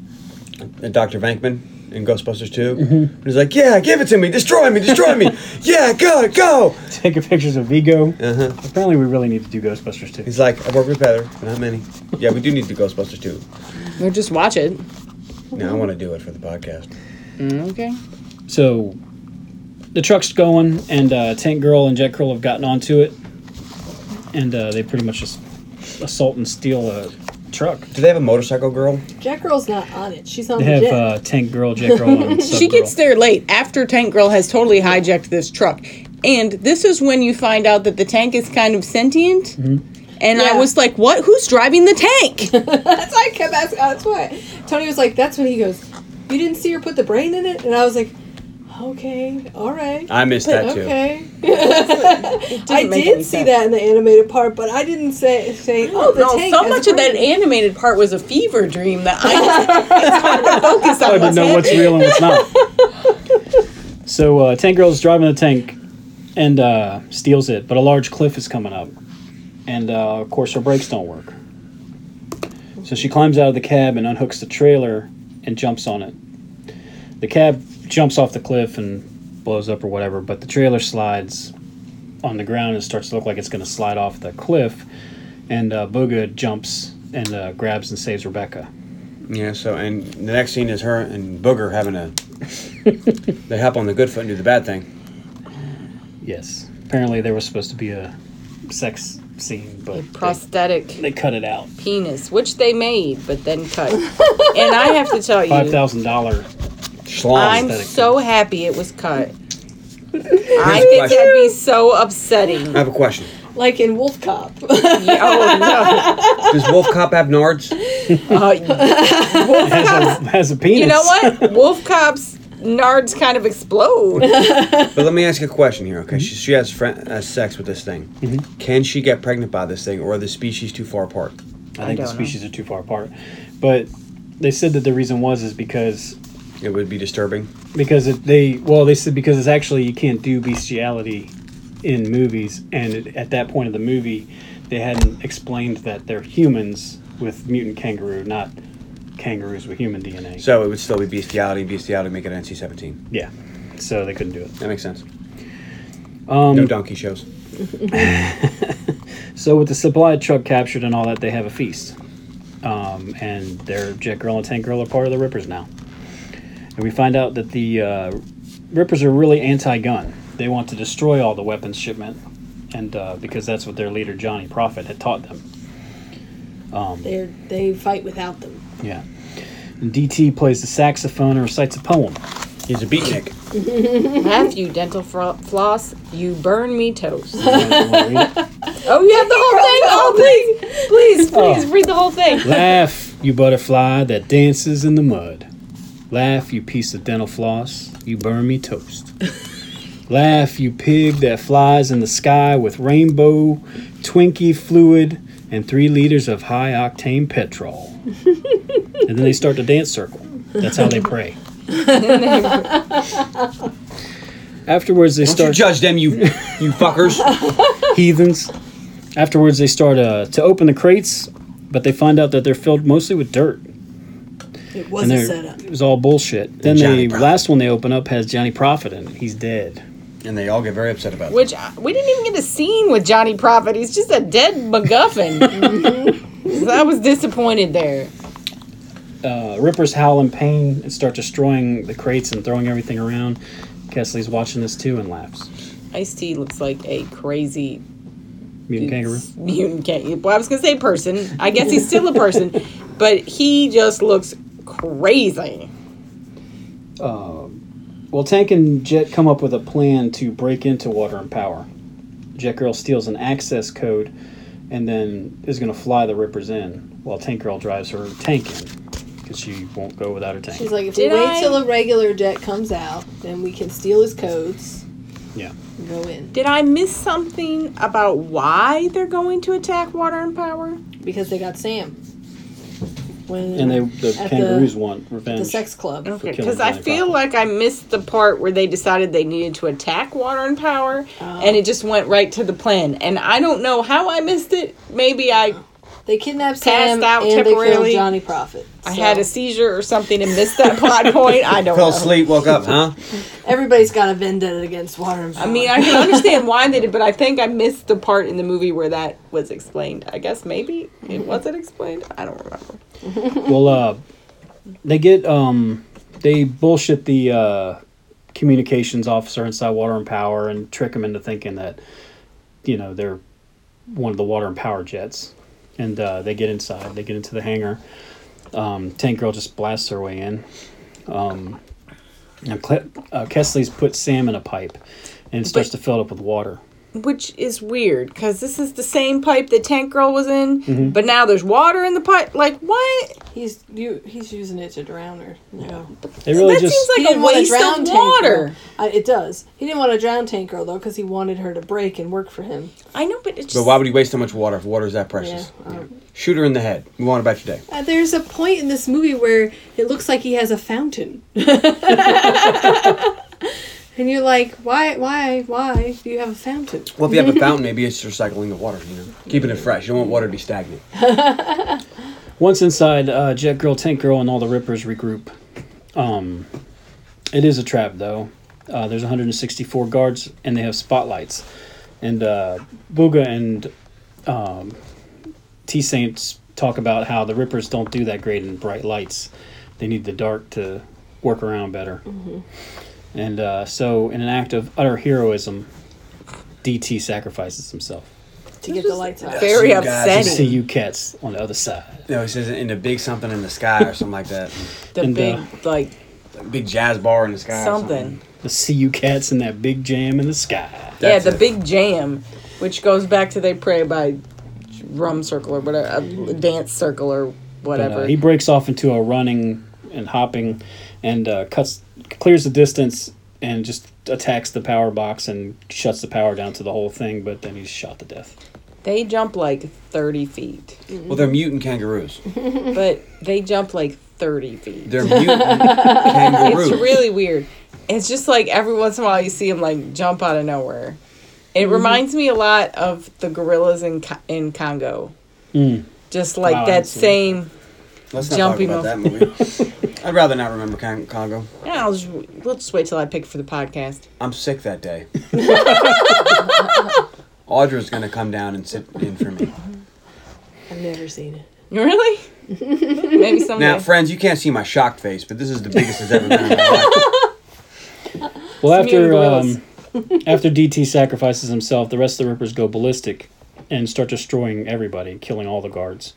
Speaker 3: Dr. Vankman in Ghostbusters 2.
Speaker 4: Mm-hmm.
Speaker 3: He's like, yeah, give it to me. Destroy me. Destroy me. yeah, go, go.
Speaker 5: taking pictures of Vigo.
Speaker 3: Uh-huh.
Speaker 5: Apparently, we really need to do Ghostbusters too.
Speaker 3: He's like, I work with Heather, but not many. Yeah, we do need to do Ghostbusters 2.
Speaker 2: Or just watch it.
Speaker 3: Now I want to do it for the podcast.
Speaker 2: Okay.
Speaker 5: So the truck's going, and uh, Tank Girl and Jet Girl have gotten onto it, and uh, they pretty much just assault and steal a truck.
Speaker 3: Do they have a motorcycle girl?
Speaker 4: Jet Girl's not on it. She's on
Speaker 5: They
Speaker 4: the
Speaker 5: have
Speaker 4: jet.
Speaker 5: uh, Tank Girl, Jet Girl, and Sub
Speaker 2: She gets there late after Tank Girl has totally hijacked this truck. And this is when you find out that the tank is kind of sentient. And I
Speaker 4: Yeah.
Speaker 2: was like, what? Who's driving the tank?
Speaker 4: That's why I kept asking. That's why Tony was like, "That's when he goes, you didn't see her put the brain in it," and I was like, "Okay, all right,
Speaker 3: I missed that too.
Speaker 4: okay." I
Speaker 2: make any
Speaker 4: did see that in the animated part, but I didn't say say. Oh, the
Speaker 2: no,
Speaker 4: tank
Speaker 2: so
Speaker 4: has
Speaker 2: much
Speaker 4: a
Speaker 2: of that
Speaker 4: brain."
Speaker 2: animated part was a fever dream that I it's
Speaker 5: I
Speaker 2: hard to focus on.
Speaker 5: didn't
Speaker 2: what's
Speaker 5: know what's
Speaker 2: happening.
Speaker 5: real and what's not. so uh, Tank Girl's driving the tank and uh, steals it, but a large cliff is coming up, and uh, of course her brakes don't work. So she climbs out of the cab and unhooks the trailer and jumps on it. The cab jumps off the cliff and blows up or whatever, but the trailer slides on the ground and starts to look like it's going to slide off the cliff. And uh, Booga jumps and uh, grabs and saves Rebecca.
Speaker 3: Yeah. So, and the next scene is her and Booger having a. they hop on the good foot and do the bad thing.
Speaker 5: Yes. Apparently there was supposed to be a sex scene, but
Speaker 2: prosthetic
Speaker 5: they, they cut it out.
Speaker 2: penis, which they made but then cut. and I have to tell
Speaker 5: Five
Speaker 2: you,
Speaker 5: thousand dollar.
Speaker 3: Schlong.
Speaker 2: I'm
Speaker 5: Aesthetic.
Speaker 2: so happy it was cut. I
Speaker 3: Here's a
Speaker 2: think
Speaker 3: question.
Speaker 2: that'd be so upsetting.
Speaker 3: I have a question.
Speaker 4: Like in Wolf Cop.
Speaker 2: Yeah, oh
Speaker 3: Does Wolf Cop have nards?
Speaker 2: no! Uh,
Speaker 5: Has a, has a penis.
Speaker 2: you know what? Wolf cops nards kind of explode.
Speaker 3: But let me ask you a question here, okay? She, she has, friend, has sex with this thing. Can she get pregnant by this thing, or are the species too far apart?
Speaker 5: I think the species are too far apart. But they said that the reason was is because
Speaker 3: It would be disturbing.
Speaker 5: because it, they well they said because it's actually you can't do bestiality in movies and it, at that point of the movie they hadn't explained that they're humans with mutant kangaroo not kangaroos with human dna
Speaker 3: So it would still be bestiality, and bestiality would make it NC-17.
Speaker 5: yeah so they couldn't do it
Speaker 3: That makes sense.
Speaker 5: um
Speaker 3: No donkey shows.
Speaker 5: So with the supply truck captured and all that, they have a feast, um, and their Jet Girl and Tank Girl are part of the Rippers now. And we find out that the uh, Rippers are really anti-gun. They want to destroy all the weapons shipment, and uh, because that's what their leader Johnny Prophet had taught them.
Speaker 4: They're, they fight without them.
Speaker 5: Yeah. And DT plays the saxophone and recites a poem.
Speaker 3: He's a beatnik.
Speaker 2: Matthew, dental fro- floss, you burn me toast.
Speaker 5: You guys wanna read it?
Speaker 2: Oh, you have the whole thing? Oh, please, please, please,
Speaker 5: Oh.
Speaker 2: read the whole thing.
Speaker 5: Laugh, you butterfly that dances in the mud. Laugh, you piece of dental floss, you burn me toast. Laugh, you pig that flies in the sky with rainbow, Twinkie fluid, and three liters of high octane petrol. and then they start the dance circle. That's how they pray. Afterwards, they
Speaker 3: Don't
Speaker 5: start
Speaker 3: you judge them, you you fuckers.
Speaker 5: heathens. Afterwards, they start uh, to open the crates, but they find out that they're filled mostly with dirt.
Speaker 4: It
Speaker 5: And
Speaker 4: was a
Speaker 5: they're-
Speaker 4: setup.
Speaker 5: it was all bullshit. Then
Speaker 3: Johnny
Speaker 5: the
Speaker 3: Prophet.
Speaker 5: last one they open up has Johnny Prophet in it. He's dead.
Speaker 3: and they all get very upset about it.
Speaker 2: Which uh, we didn't even get a scene with Johnny Prophet. He's just a dead MacGuffin. So I was disappointed there.
Speaker 5: Uh, Rippers howl in pain and start destroying the crates and throwing everything around. Kesley's watching this too and laughs.
Speaker 2: Ice T looks like a crazy
Speaker 5: Mutant kangaroo.
Speaker 2: mutant cat. Well, I was gonna say person. I guess he's still a person, but he just looks crazy.
Speaker 5: Well, Tank and Jet come up with a plan to break into Water and Power. Jet Girl steals an access code and then is going to fly the Rippers in while Tank Girl drives her tank in because she won't go without her tank.
Speaker 4: She's like, if
Speaker 2: Did
Speaker 4: we wait
Speaker 2: I-
Speaker 4: till a regular jet comes out, then we can steal his codes
Speaker 5: yeah.
Speaker 4: and go in.
Speaker 2: Did I miss something about why they're going to attack Water and Power?
Speaker 4: Because they got Sam. When
Speaker 5: And they the
Speaker 4: At the-
Speaker 5: kangaroos want revenge.
Speaker 4: the sex club.
Speaker 5: for killing
Speaker 2: Because I
Speaker 5: Johnny
Speaker 2: feel
Speaker 5: Prophet.
Speaker 2: like I missed the part where they decided they needed to attack Water and Power, and it just went right to the plan. And I don't know how I missed it. Maybe I
Speaker 4: They kidnapped Sam
Speaker 2: Passed out
Speaker 4: and they killed
Speaker 2: temporarily.
Speaker 4: Johnny Prophet.
Speaker 2: I
Speaker 4: So
Speaker 2: had a seizure or something and missed that plot point. I don't
Speaker 3: Fell
Speaker 2: know.
Speaker 3: asleep, woke up, huh?
Speaker 4: everybody's got a vendetta against Water and
Speaker 2: I mean, I can understand why they did, but I think I missed the part in the movie where that was explained. I guess maybe it wasn't explained. I don't remember.
Speaker 5: Well, uh, they get um, they bullshit the uh, communications officer inside Water and Power and trick him into thinking that you know they're one of the Water and Power jets, and uh, they get inside. They get into the hangar. Um, Tank Girl just blasts her way in. Um, and Cle- uh, Kesley's put Sam in a pipe and starts to fill it up with water.
Speaker 2: Which is weird because this is the same pipe that Tank Girl was in, but now there's water in the pipe. Like, what?
Speaker 4: he's you, he's using it to drown her. No,
Speaker 5: It really
Speaker 2: that
Speaker 5: just
Speaker 4: He
Speaker 2: seems like a
Speaker 4: didn't wanna
Speaker 2: waste
Speaker 4: drown
Speaker 2: of
Speaker 4: Tank
Speaker 2: water.
Speaker 4: Girl. Uh, it does. He didn't want to drown Tank Girl though, because he wanted her to break and work for him.
Speaker 2: I know, but it's just.
Speaker 3: But why would he waste so much water if water is that precious?
Speaker 4: Yeah.
Speaker 3: Shoot her in the head. Move on about your day.
Speaker 4: Uh, there's a point in this movie where it looks like he has a fountain. and you're like, why, why, why do you have a fountain?
Speaker 3: Well, if you have a fountain, maybe it's recycling the water, you know? Keeping it fresh. You don't want water to be stagnant.
Speaker 5: Once inside, uh, Jet Girl, Tank Girl, and all the Rippers regroup. Um, it is a trap, though. Uh, there's 164 guards, and they have spotlights. And uh, Booga and um, T Saint talk about how the Rippers don't do that great in bright lights. They need the dark to work around better. And uh, so, in an act of utter heroism, DT sacrifices himself.
Speaker 4: to get the lights out.
Speaker 2: Very
Speaker 3: You guys-
Speaker 5: To
Speaker 2: upsetting.
Speaker 5: see you cats on the other side.
Speaker 3: No, he says in the big something in the sky or something like that.
Speaker 2: The
Speaker 5: and,
Speaker 2: big
Speaker 5: uh,
Speaker 2: like
Speaker 3: Big jazz bar in the sky. or
Speaker 2: something.
Speaker 5: To see you cats in that big jam in the sky.
Speaker 2: Yeah,
Speaker 3: That's
Speaker 2: the
Speaker 3: it.
Speaker 2: big jam, which goes back to they pray by rum circle or whatever, a dance circle or
Speaker 5: But,
Speaker 2: whatever.
Speaker 5: uh, he breaks off into a running and hopping, and uh, cuts clears the distance and just attacks the power box and shuts the power down to the whole thing. But then he's shot to death.
Speaker 2: they jump like thirty feet,
Speaker 3: Well, they're mutant kangaroos.
Speaker 2: but they jump like thirty feet.
Speaker 3: They're mutant kangaroos.
Speaker 2: It's really weird. It's just like every once in a while you see him like jump out of nowhere. It
Speaker 5: Mm-hmm.
Speaker 2: reminds me a lot of the gorillas in Co- in Congo. Just like
Speaker 5: Mm. Wow, I
Speaker 2: that
Speaker 5: haven't seen
Speaker 2: same.
Speaker 3: Let's not
Speaker 2: Jumping
Speaker 3: talk about that movie. I'd rather not remember Con- Congo.
Speaker 2: Yeah, I'll just, we'll just wait till I pick for the podcast.
Speaker 3: I'm sick that day. Audra's gonna come down and sit in for me.
Speaker 4: I've never seen it.
Speaker 2: Really? Maybe someday.
Speaker 3: Now, friends, you can't see my shocked face, but this is the biggest it's ever been. In my life.
Speaker 5: Well,
Speaker 2: Some
Speaker 5: after
Speaker 2: young gorillas.
Speaker 5: um, after DT sacrifices himself, the rest of the Rippers go ballistic and start destroying everybody, killing all the guards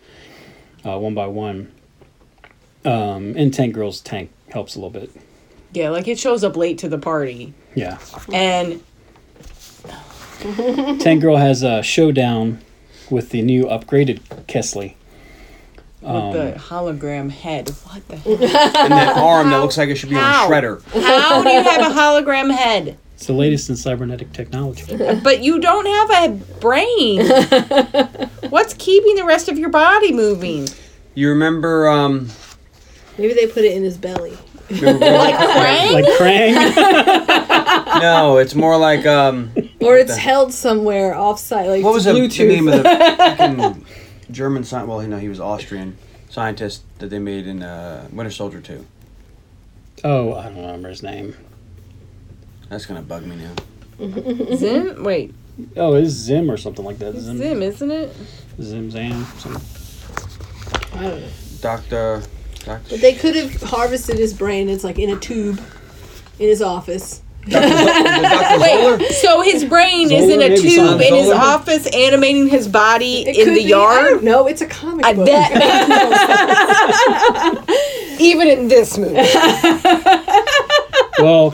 Speaker 5: uh, one by one. Um, and Tank Girl's tank helps a little bit.
Speaker 2: yeah, like it shows up late to the party,
Speaker 5: Yeah,
Speaker 2: and
Speaker 5: Tank Girl has a showdown with the new upgraded Kesley.
Speaker 2: with
Speaker 5: Um.
Speaker 2: the hologram head. What the? Hell?
Speaker 3: And that arm that looks like it should be
Speaker 2: How?
Speaker 3: on Shredder.
Speaker 2: How do you have a hologram head?
Speaker 5: It's the latest in cybernetic technology.
Speaker 2: But you don't have a brain. What's keeping the rest of your body moving?
Speaker 3: You remember? Um,
Speaker 4: Maybe they put it in his belly.
Speaker 3: remember
Speaker 5: like Krang.
Speaker 3: no, it's more like um,
Speaker 4: Or it's
Speaker 3: the-
Speaker 4: held somewhere offsite, like
Speaker 3: what was the,
Speaker 4: Bluetooth.
Speaker 3: the name of the fucking German scientist? Well, you know, he was Austrian scientist that they made in uh, Winter Soldier Two.
Speaker 5: oh, I don't remember his name.
Speaker 3: That's gonna bug me now.
Speaker 2: Zim? Wait,
Speaker 5: Oh, it's Zim or something like that. Zim,
Speaker 2: Zim,
Speaker 5: Zim,
Speaker 2: isn't it?
Speaker 5: Zam. Something.
Speaker 4: I don't know.
Speaker 3: Doctor, Doctor.
Speaker 4: But they could have harvested his brain. It's like in a tube in his office.
Speaker 3: Doctor Zoller.
Speaker 2: So his brain is in
Speaker 5: Zoller,
Speaker 2: a
Speaker 5: maybe
Speaker 2: tube
Speaker 5: something.
Speaker 2: in his
Speaker 5: Zoller.
Speaker 2: office, animating his body
Speaker 4: It
Speaker 2: in
Speaker 4: could
Speaker 2: the
Speaker 4: be- I
Speaker 2: yard.
Speaker 4: don't know. It's a comic
Speaker 2: I
Speaker 4: book.
Speaker 2: bet. Even in this movie,
Speaker 5: Well,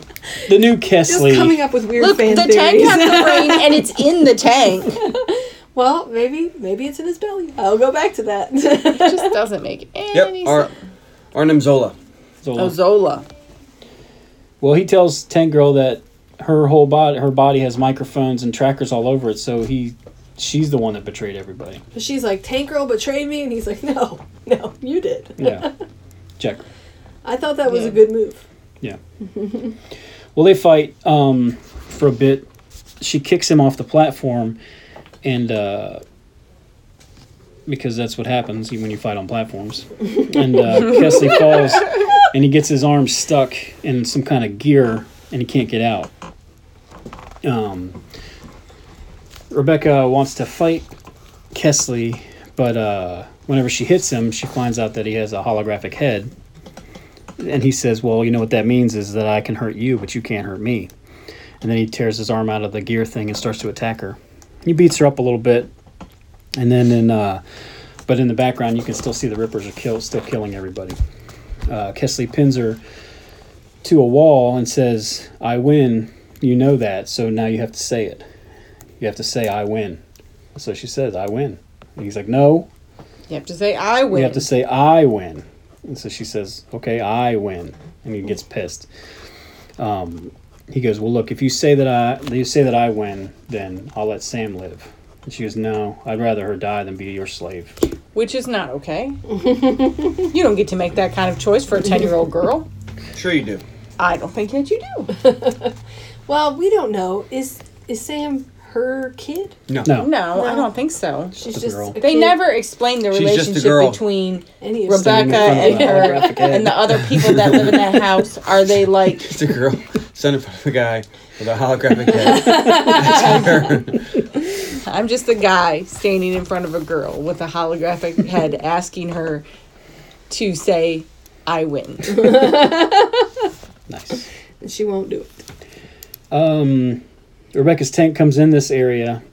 Speaker 5: the new
Speaker 4: Just
Speaker 5: Kesley.
Speaker 4: coming up with weird
Speaker 2: look,
Speaker 4: fan
Speaker 2: the
Speaker 4: theories.
Speaker 2: tank has the brain, and it's in the tank. It
Speaker 4: well, maybe maybe it's in his belly. I'll go back to that.
Speaker 2: just doesn't make any
Speaker 3: Yep. Ar-
Speaker 2: sense.
Speaker 3: Arnim Zola.
Speaker 5: Zola.
Speaker 2: Oh, Zola.
Speaker 5: Well, he tells Tank Girl that her whole body, her body has microphones and trackers all over it. So he, she's the one that betrayed everybody.
Speaker 4: But she's like, Tank Girl betrayed me, and he's like, No, no, you did.
Speaker 5: Yeah, Jack.
Speaker 4: I thought that was a good move.
Speaker 5: Yeah. well, they fight um, for a bit. She kicks him off the platform, and uh, because that's what happens when you fight on platforms. And uh, Kesley falls, and he gets his arm stuck in some kind of gear, and he can't get out. Um, Rebecca wants to fight Kesley, but uh, whenever she hits him, she finds out that he has a holographic head and he says, "Well, you know what that means is that I can hurt you, but you can't hurt me." And then he tears his arm out of the gear thing and starts to attack her. He beats her up a little bit, and then in uh, but in the background you can still see the Rippers are kill, still killing everybody. Uh, Kesley pins her to a wall and says, "I win." You know that, so now you have to say it. You have to say, "I win." So she says, "I win," and he's like, "No,
Speaker 2: You have to say I
Speaker 5: you
Speaker 2: win.
Speaker 5: have to say I win. And so she says, "Okay, I win," and he gets pissed. Um, he goes, "Well, look, if you say that I, you say that I win, then I'll let Sam live." And she goes, "No, I'd rather her die than be your slave."
Speaker 2: Which is not okay. you don't get to make that kind of choice for a ten-year-old girl.
Speaker 3: Sure you do.
Speaker 2: I don't think that you do.
Speaker 4: Well, we don't know. Is is Sam her kid?
Speaker 5: No,
Speaker 2: No, I don't think so.
Speaker 4: She's
Speaker 5: The
Speaker 4: just
Speaker 5: girl.
Speaker 4: a
Speaker 2: They
Speaker 4: kid,
Speaker 2: never explained the
Speaker 3: She's just a
Speaker 2: relationship
Speaker 3: girl.
Speaker 2: between
Speaker 4: any of
Speaker 5: Standing
Speaker 2: Rebecca and
Speaker 5: in front of the
Speaker 2: her
Speaker 5: holographic
Speaker 2: and the
Speaker 5: head.
Speaker 2: other people that live in that house. Are they like
Speaker 3: It's a girl standing in front of a guy with a holographic head. That's her.
Speaker 2: I'm just a guy standing in front of a girl with a holographic head asking her to say, I win.
Speaker 5: Nice.
Speaker 4: And she won't do it.
Speaker 5: um, Rebecca's tank comes in this area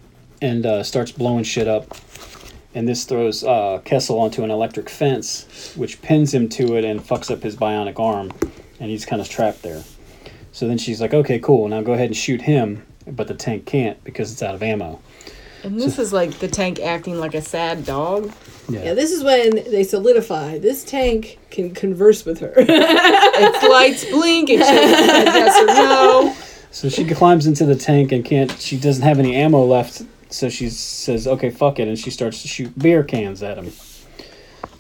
Speaker 5: and uh, starts blowing shit up. And this throws uh, Kessel onto an electric fence, which pins him to it and fucks up his bionic arm. And he's kind of trapped there. So then she's like, okay, cool. Now go ahead and shoot him. But the tank can't because it's out of ammo.
Speaker 2: And this is like the tank acting like a sad dog.
Speaker 4: Yeah, this is when they solidify. This tank can converse with her.
Speaker 2: Its lights blink, it shakes its head yes or no.
Speaker 5: So she climbs into the tank and can't. She doesn't have any ammo left, so she says, "Okay, fuck it," and she starts to shoot beer cans at him.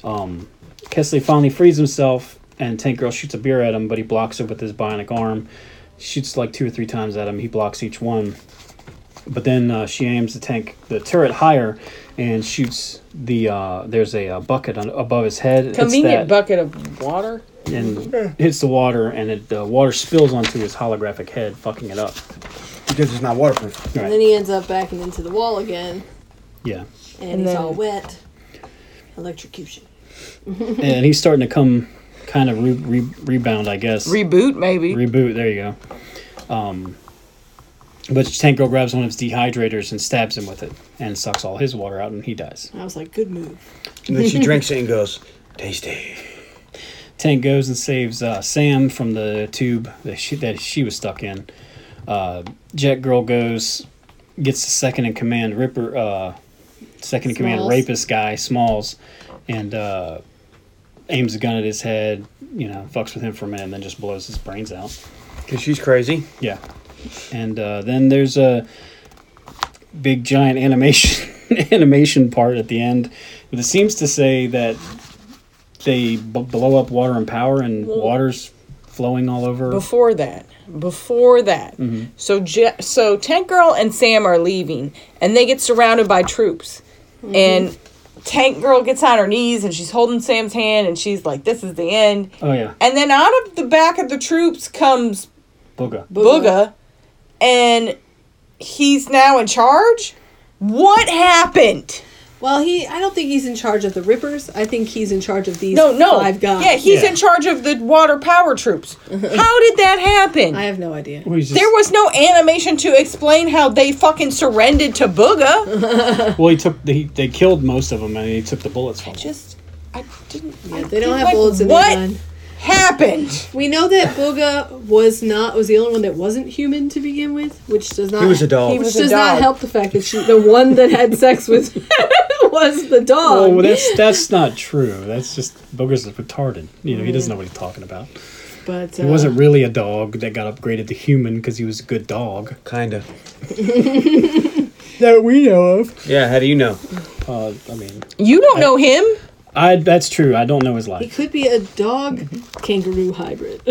Speaker 5: Um, Kesley finally frees himself, and Tank Girl shoots a beer at him, but he blocks it with his bionic arm. Shoots like two or three times at him. He blocks each one, but then uh, she aims the tank, the turret higher, and shoots the. Uh, there's a, uh bucket on, above his head. Hits
Speaker 2: Convenient
Speaker 5: that-
Speaker 2: bucket of water.
Speaker 5: and hits the water, and it, the water spills onto his holographic head, fucking it up.
Speaker 3: Because it's not waterproof.
Speaker 5: Right.
Speaker 4: and then he ends up backing into the wall again,
Speaker 5: yeah.
Speaker 4: and, he's all wet. Electrocution.
Speaker 5: and he's starting to come kind of re- re- rebound, I guess.
Speaker 2: Reboot, maybe.
Speaker 5: Reboot. There you go. Um, but Tank Girl grabs one of his dehydrators and stabs him with it, and sucks all his water out, and he dies.
Speaker 4: I was like, good move.
Speaker 3: And then she drinks it and goes, tasty.
Speaker 5: Tank goes and saves uh, Sam from the tube that she, that she was stuck in. Uh, Jet Girl goes, gets the second in command Ripper, uh, second in command
Speaker 4: Smalls.
Speaker 5: rapist guy Smalls, and uh, aims a gun at his head. You know, fucks with him for a minute, and then just blows his brains out.
Speaker 3: Because she's crazy.
Speaker 5: Yeah, and uh, then there's a big giant animation animation part at the end that seems to say that they b- blow up water and power, and water's flowing all over.
Speaker 2: before that before that so Je- so tank girl and sam are leaving and they get surrounded by troops and tank girl gets on her knees and she's holding sam's hand and she's like this is the end
Speaker 5: oh yeah,
Speaker 2: and then out of the back of the troops comes
Speaker 5: booga.
Speaker 2: booga and he's now in charge what happened
Speaker 4: Well, he. I don't think he's in charge of the Rippers. I think he's in charge of these
Speaker 2: no no
Speaker 4: five guys.
Speaker 2: yeah he's
Speaker 5: Yeah.
Speaker 2: in charge of the water power troops how did that happen
Speaker 4: I have no idea.
Speaker 5: Well, he's just-
Speaker 2: There was no animation to explain how they fucking surrendered to Booga.
Speaker 5: well, he took he, they killed most of them, and he took the bullets from them.
Speaker 2: Just, I didn't.
Speaker 4: Yeah, they don't have
Speaker 2: like,
Speaker 4: bullets in
Speaker 2: what?
Speaker 4: their gun.
Speaker 2: Happened.
Speaker 4: We know that Booga was not was the only one that wasn't human to begin with, which does not.
Speaker 3: He was a dog.
Speaker 4: Which
Speaker 2: was a
Speaker 4: does
Speaker 2: dog.
Speaker 4: not help the fact that she, the one that had sex with was the dog.
Speaker 5: Oh, that's that's not true. That's just Booger's retarded. You know, he doesn't know what he's talking about.
Speaker 4: but uh,
Speaker 5: He wasn't really a dog that got upgraded to human because he was a good dog
Speaker 3: Kinda.
Speaker 5: that we know of.
Speaker 3: Yeah, how do you know?
Speaker 5: Uh, I mean,
Speaker 2: You don't know him.
Speaker 5: I that's true. I don't know his
Speaker 4: He
Speaker 5: life.
Speaker 4: could be a dog kangaroo hybrid.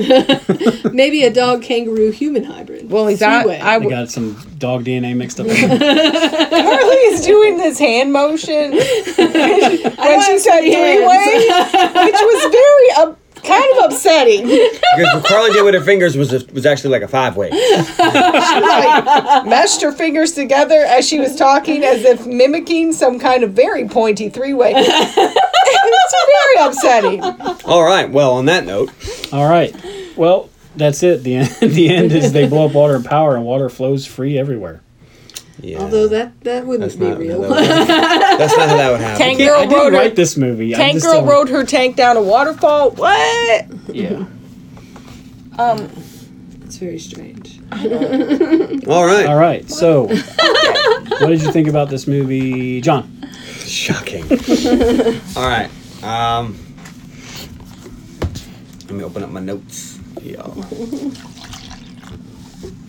Speaker 4: Maybe a dog kangaroo human hybrid.
Speaker 2: Well, he's not.
Speaker 4: Three-way.
Speaker 2: I
Speaker 5: I
Speaker 2: w-
Speaker 5: got some dog DNA mixed up. That's
Speaker 2: Carly is doing this hand motion when she
Speaker 4: wanna
Speaker 2: said
Speaker 4: see
Speaker 2: three way, which was very up, kind of upsetting.
Speaker 3: Because what Carly did with her fingers was a, was actually like a five way.
Speaker 2: Like, meshed her fingers together as she was talking, as if mimicking some kind of very pointy three way. it was very upsetting.
Speaker 3: All right. Well, on that note,
Speaker 5: All right. Well, that's it. The end. The end is they blow up water and power, and water flows free everywhere.
Speaker 3: yeah.
Speaker 4: Although that that wouldn't
Speaker 3: that's
Speaker 4: be
Speaker 3: not,
Speaker 4: real.
Speaker 3: that would- that's not how that would happen.
Speaker 2: Tank
Speaker 5: Yeah,
Speaker 2: girl
Speaker 5: I
Speaker 2: wrote
Speaker 5: didn't
Speaker 2: her
Speaker 5: write this movie. I
Speaker 2: Tank
Speaker 5: just
Speaker 2: girl
Speaker 5: don't-
Speaker 2: rode her tank down a waterfall. What?
Speaker 5: Yeah.
Speaker 4: it's very strange.
Speaker 3: All right.
Speaker 5: All right. So, what did you think about this movie, John?
Speaker 3: Shocking. All right. Um, let me open up my notes. Yeah.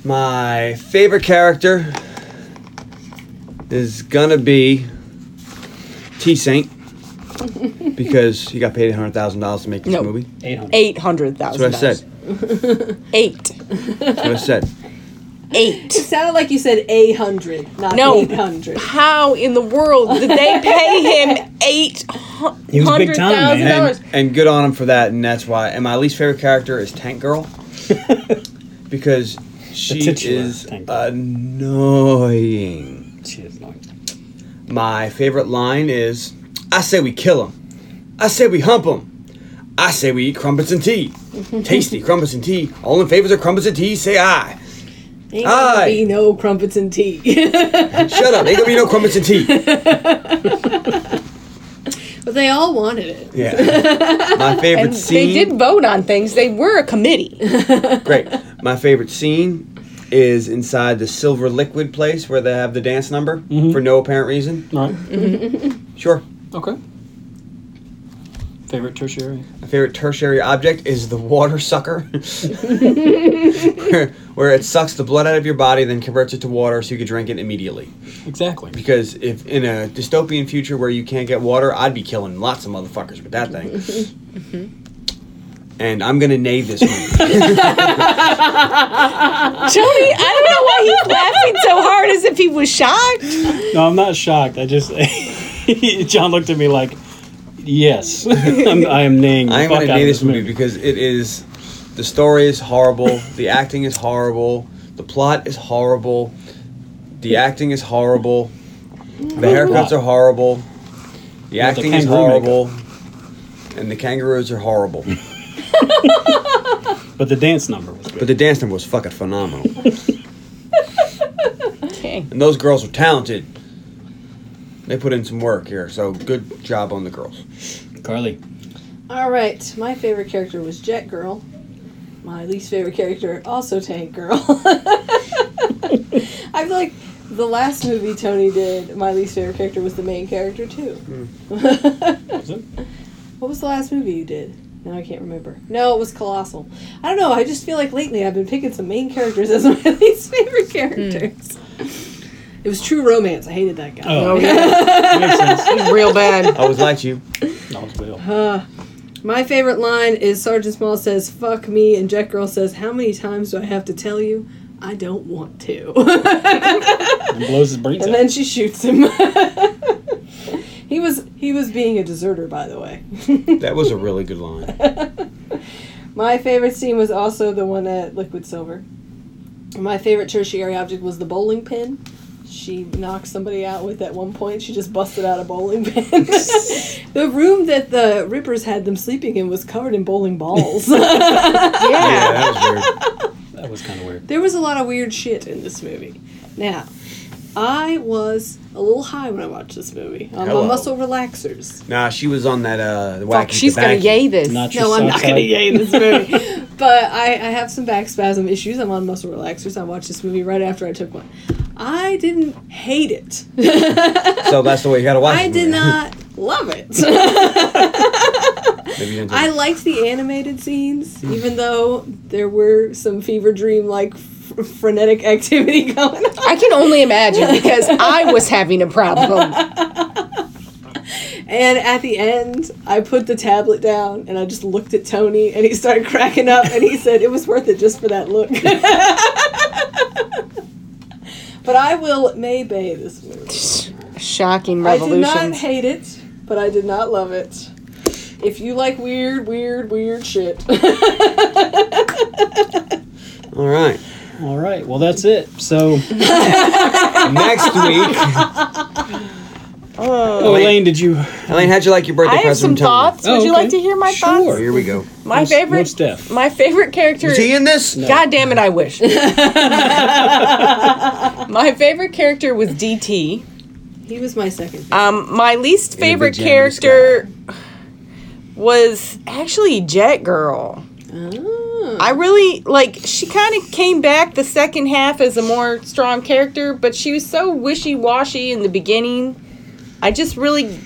Speaker 3: My favorite character is gonna be T Saint because he got paid hundred thousand dollars to make this
Speaker 2: No.
Speaker 3: movie.
Speaker 5: Eight hundred.
Speaker 2: Eight hundred
Speaker 3: That's what
Speaker 2: thousand.
Speaker 3: I said.
Speaker 2: Eight.
Speaker 3: That's what I said.
Speaker 2: Eight.
Speaker 4: It sounded like you said a hundred, not
Speaker 2: No.
Speaker 4: eight hundred.
Speaker 2: How in the world did they pay him eight
Speaker 5: He was big
Speaker 2: hundred
Speaker 5: time, man.
Speaker 2: thousand dollars?
Speaker 3: and, and good on him for that, and that's why. And my least favorite character is Tank Girl because she
Speaker 5: titular
Speaker 3: is
Speaker 5: Tank Girl.
Speaker 3: annoying.
Speaker 5: She is not.
Speaker 3: My favorite line is I say we kill him. I say we hump him. I say we eat crumpets and tea. Tasty crumpets and tea. All in favors of crumpets and tea, say aye.
Speaker 4: Ain't gonna
Speaker 3: Aye.
Speaker 4: be no crumpets and tea.
Speaker 3: Shut up. Ain't gonna be no crumpets and tea.
Speaker 4: but they all wanted it.
Speaker 3: Yeah. My favorite scene.
Speaker 7: They did vote on things. They were a committee.
Speaker 3: Great. My favorite scene is inside the silver liquid place where they have the dance number for no apparent reason.
Speaker 5: Right.
Speaker 3: Sure.
Speaker 5: Okay. Favorite tertiary.
Speaker 3: My favorite tertiary object is the water sucker, where, where it sucks the blood out of your body, then converts it to water so you can drink it immediately.
Speaker 5: Exactly.
Speaker 3: Because if in a dystopian future where you can't get water, I'd be killing lots of motherfuckers with that thing. and I'm gonna nay this one.
Speaker 7: Tony, I don't know why he's laughing so hard as if he was shocked.
Speaker 5: No, I'm not shocked. I just John looked at me like, yes, I'm, I am naying. The
Speaker 3: I'm
Speaker 5: fuck
Speaker 3: gonna
Speaker 5: out
Speaker 3: nay
Speaker 5: of
Speaker 3: this movie because it is the story is horrible, the acting is horrible, the plot is horrible, the acting is horrible, the haircuts are horrible, the acting is
Speaker 5: kangaroo
Speaker 3: horrible, and the kangaroos are horrible.
Speaker 5: But the dance number was good.
Speaker 3: But the dance number was fucking phenomenal.
Speaker 7: Okay.
Speaker 3: And those girls were talented. They put in some work here, so good job on the girls.
Speaker 5: Carly.
Speaker 4: All right, my favorite character was Jet Girl. My least favorite character, also Tank Girl. I feel like the last movie Tony did, my least favorite character was the main character too.
Speaker 5: Was it? Oh,
Speaker 4: What was the last movie you did? No, I can't remember. No, it was Colossal. I don't know. I just feel like lately I've been picking some main characters as my least favorite characters. It was True Romance. I hated that guy.
Speaker 5: Oh, yeah. Makes sense.
Speaker 6: Real bad.
Speaker 3: I always liked you.
Speaker 5: That was Bill.
Speaker 4: My favorite line is Sergeant Small says, fuck me, and Jet Girl says, how many times do I have to tell you? I don't want to.
Speaker 5: And blows his brains
Speaker 4: and
Speaker 5: out.
Speaker 4: then she shoots him. he was he was being a deserter, by the way.
Speaker 3: That was a really good line.
Speaker 4: My favorite scene was also the one at Liquid Silver. My favorite tertiary object was the bowling pin. She knocked somebody out with at one point. She just busted out a bowling pin. the room that the Rippers had them sleeping in was covered in bowling balls.
Speaker 3: Yeah, that was weird.
Speaker 5: That was kind of weird.
Speaker 4: There was a lot of weird shit in this movie. Now, I was a little high when I watched this movie on
Speaker 3: Hello.
Speaker 4: my muscle relaxers.
Speaker 3: Nah, she was on that uh, the wacky
Speaker 7: Fuck, she's gonna
Speaker 3: tabacky.
Speaker 7: yay this.
Speaker 5: Not
Speaker 4: No, I'm not going to
Speaker 5: yay.
Speaker 4: yay this movie. but I, I have some back spasm issues. I'm on muscle relaxers. I watched this movie right after I took one. I didn't hate it.
Speaker 3: So that's the way you gotta watch
Speaker 4: I
Speaker 3: it.
Speaker 4: did not love it.
Speaker 3: Maybe you didn't
Speaker 4: I liked the animated scenes, even though there were some fever dream like fr- frenetic activity going on.
Speaker 7: I can only imagine because I was having a problem.
Speaker 4: And at the end, I put the tablet down and I just looked at Tony and he started cracking up and he said it was worth it just for that look. but I will Maybay this movie.
Speaker 7: Shocking
Speaker 4: I did not
Speaker 7: revolutions.
Speaker 4: hate it, but I did not love it. If you like weird, weird, weird shit, I
Speaker 3: All right.
Speaker 5: All right. Well, that's it. So,
Speaker 3: Next week,
Speaker 5: oh, Elaine, did you?
Speaker 3: Elaine, how'd you like your birthday
Speaker 2: I have some
Speaker 3: present? from Tony?
Speaker 2: thoughts. Would
Speaker 5: Oh,
Speaker 2: you
Speaker 5: okay.
Speaker 2: like to hear my
Speaker 5: Sure.
Speaker 2: thoughts?
Speaker 3: Oh, here we go.
Speaker 2: My favorite.
Speaker 5: Most deaf.
Speaker 2: My favorite character.
Speaker 3: Is he in this?
Speaker 2: God damn it! I wish. my favorite character was DT.
Speaker 4: he was my second.
Speaker 2: Um, my least favorite
Speaker 3: pajama sky.
Speaker 2: character was actually Jet Girl.
Speaker 4: Oh.
Speaker 2: I really like. She kind of came back the second half as a more strong character, but she was so wishy washy in the beginning. I just really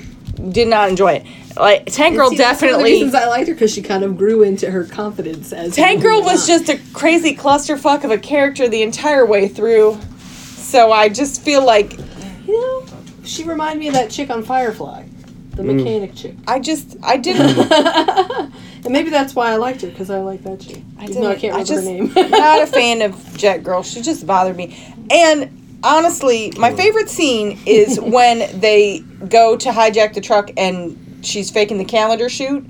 Speaker 2: did not enjoy it. Like Tank Girl
Speaker 4: See, that's one of the
Speaker 2: definitely.
Speaker 4: reasons I liked her because she kind of grew into her confidence as
Speaker 2: Tank
Speaker 4: who
Speaker 2: Girl
Speaker 4: we
Speaker 2: was
Speaker 4: are.
Speaker 2: just a crazy clusterfuck of a character the entire way through. So I just feel like
Speaker 4: You know, she reminded me of that chick on Firefly, the mechanic chick.
Speaker 2: I just I didn't
Speaker 4: And maybe that's why I liked her because I like that chick. I Even though I
Speaker 2: didn't-
Speaker 4: can't
Speaker 2: I
Speaker 4: remember
Speaker 2: just-
Speaker 4: her name.
Speaker 2: not a fan of Jet Girl. She just bothered me. And honestly, my favorite scene is when they go to hijack the truck and she's faking the calendar shoot.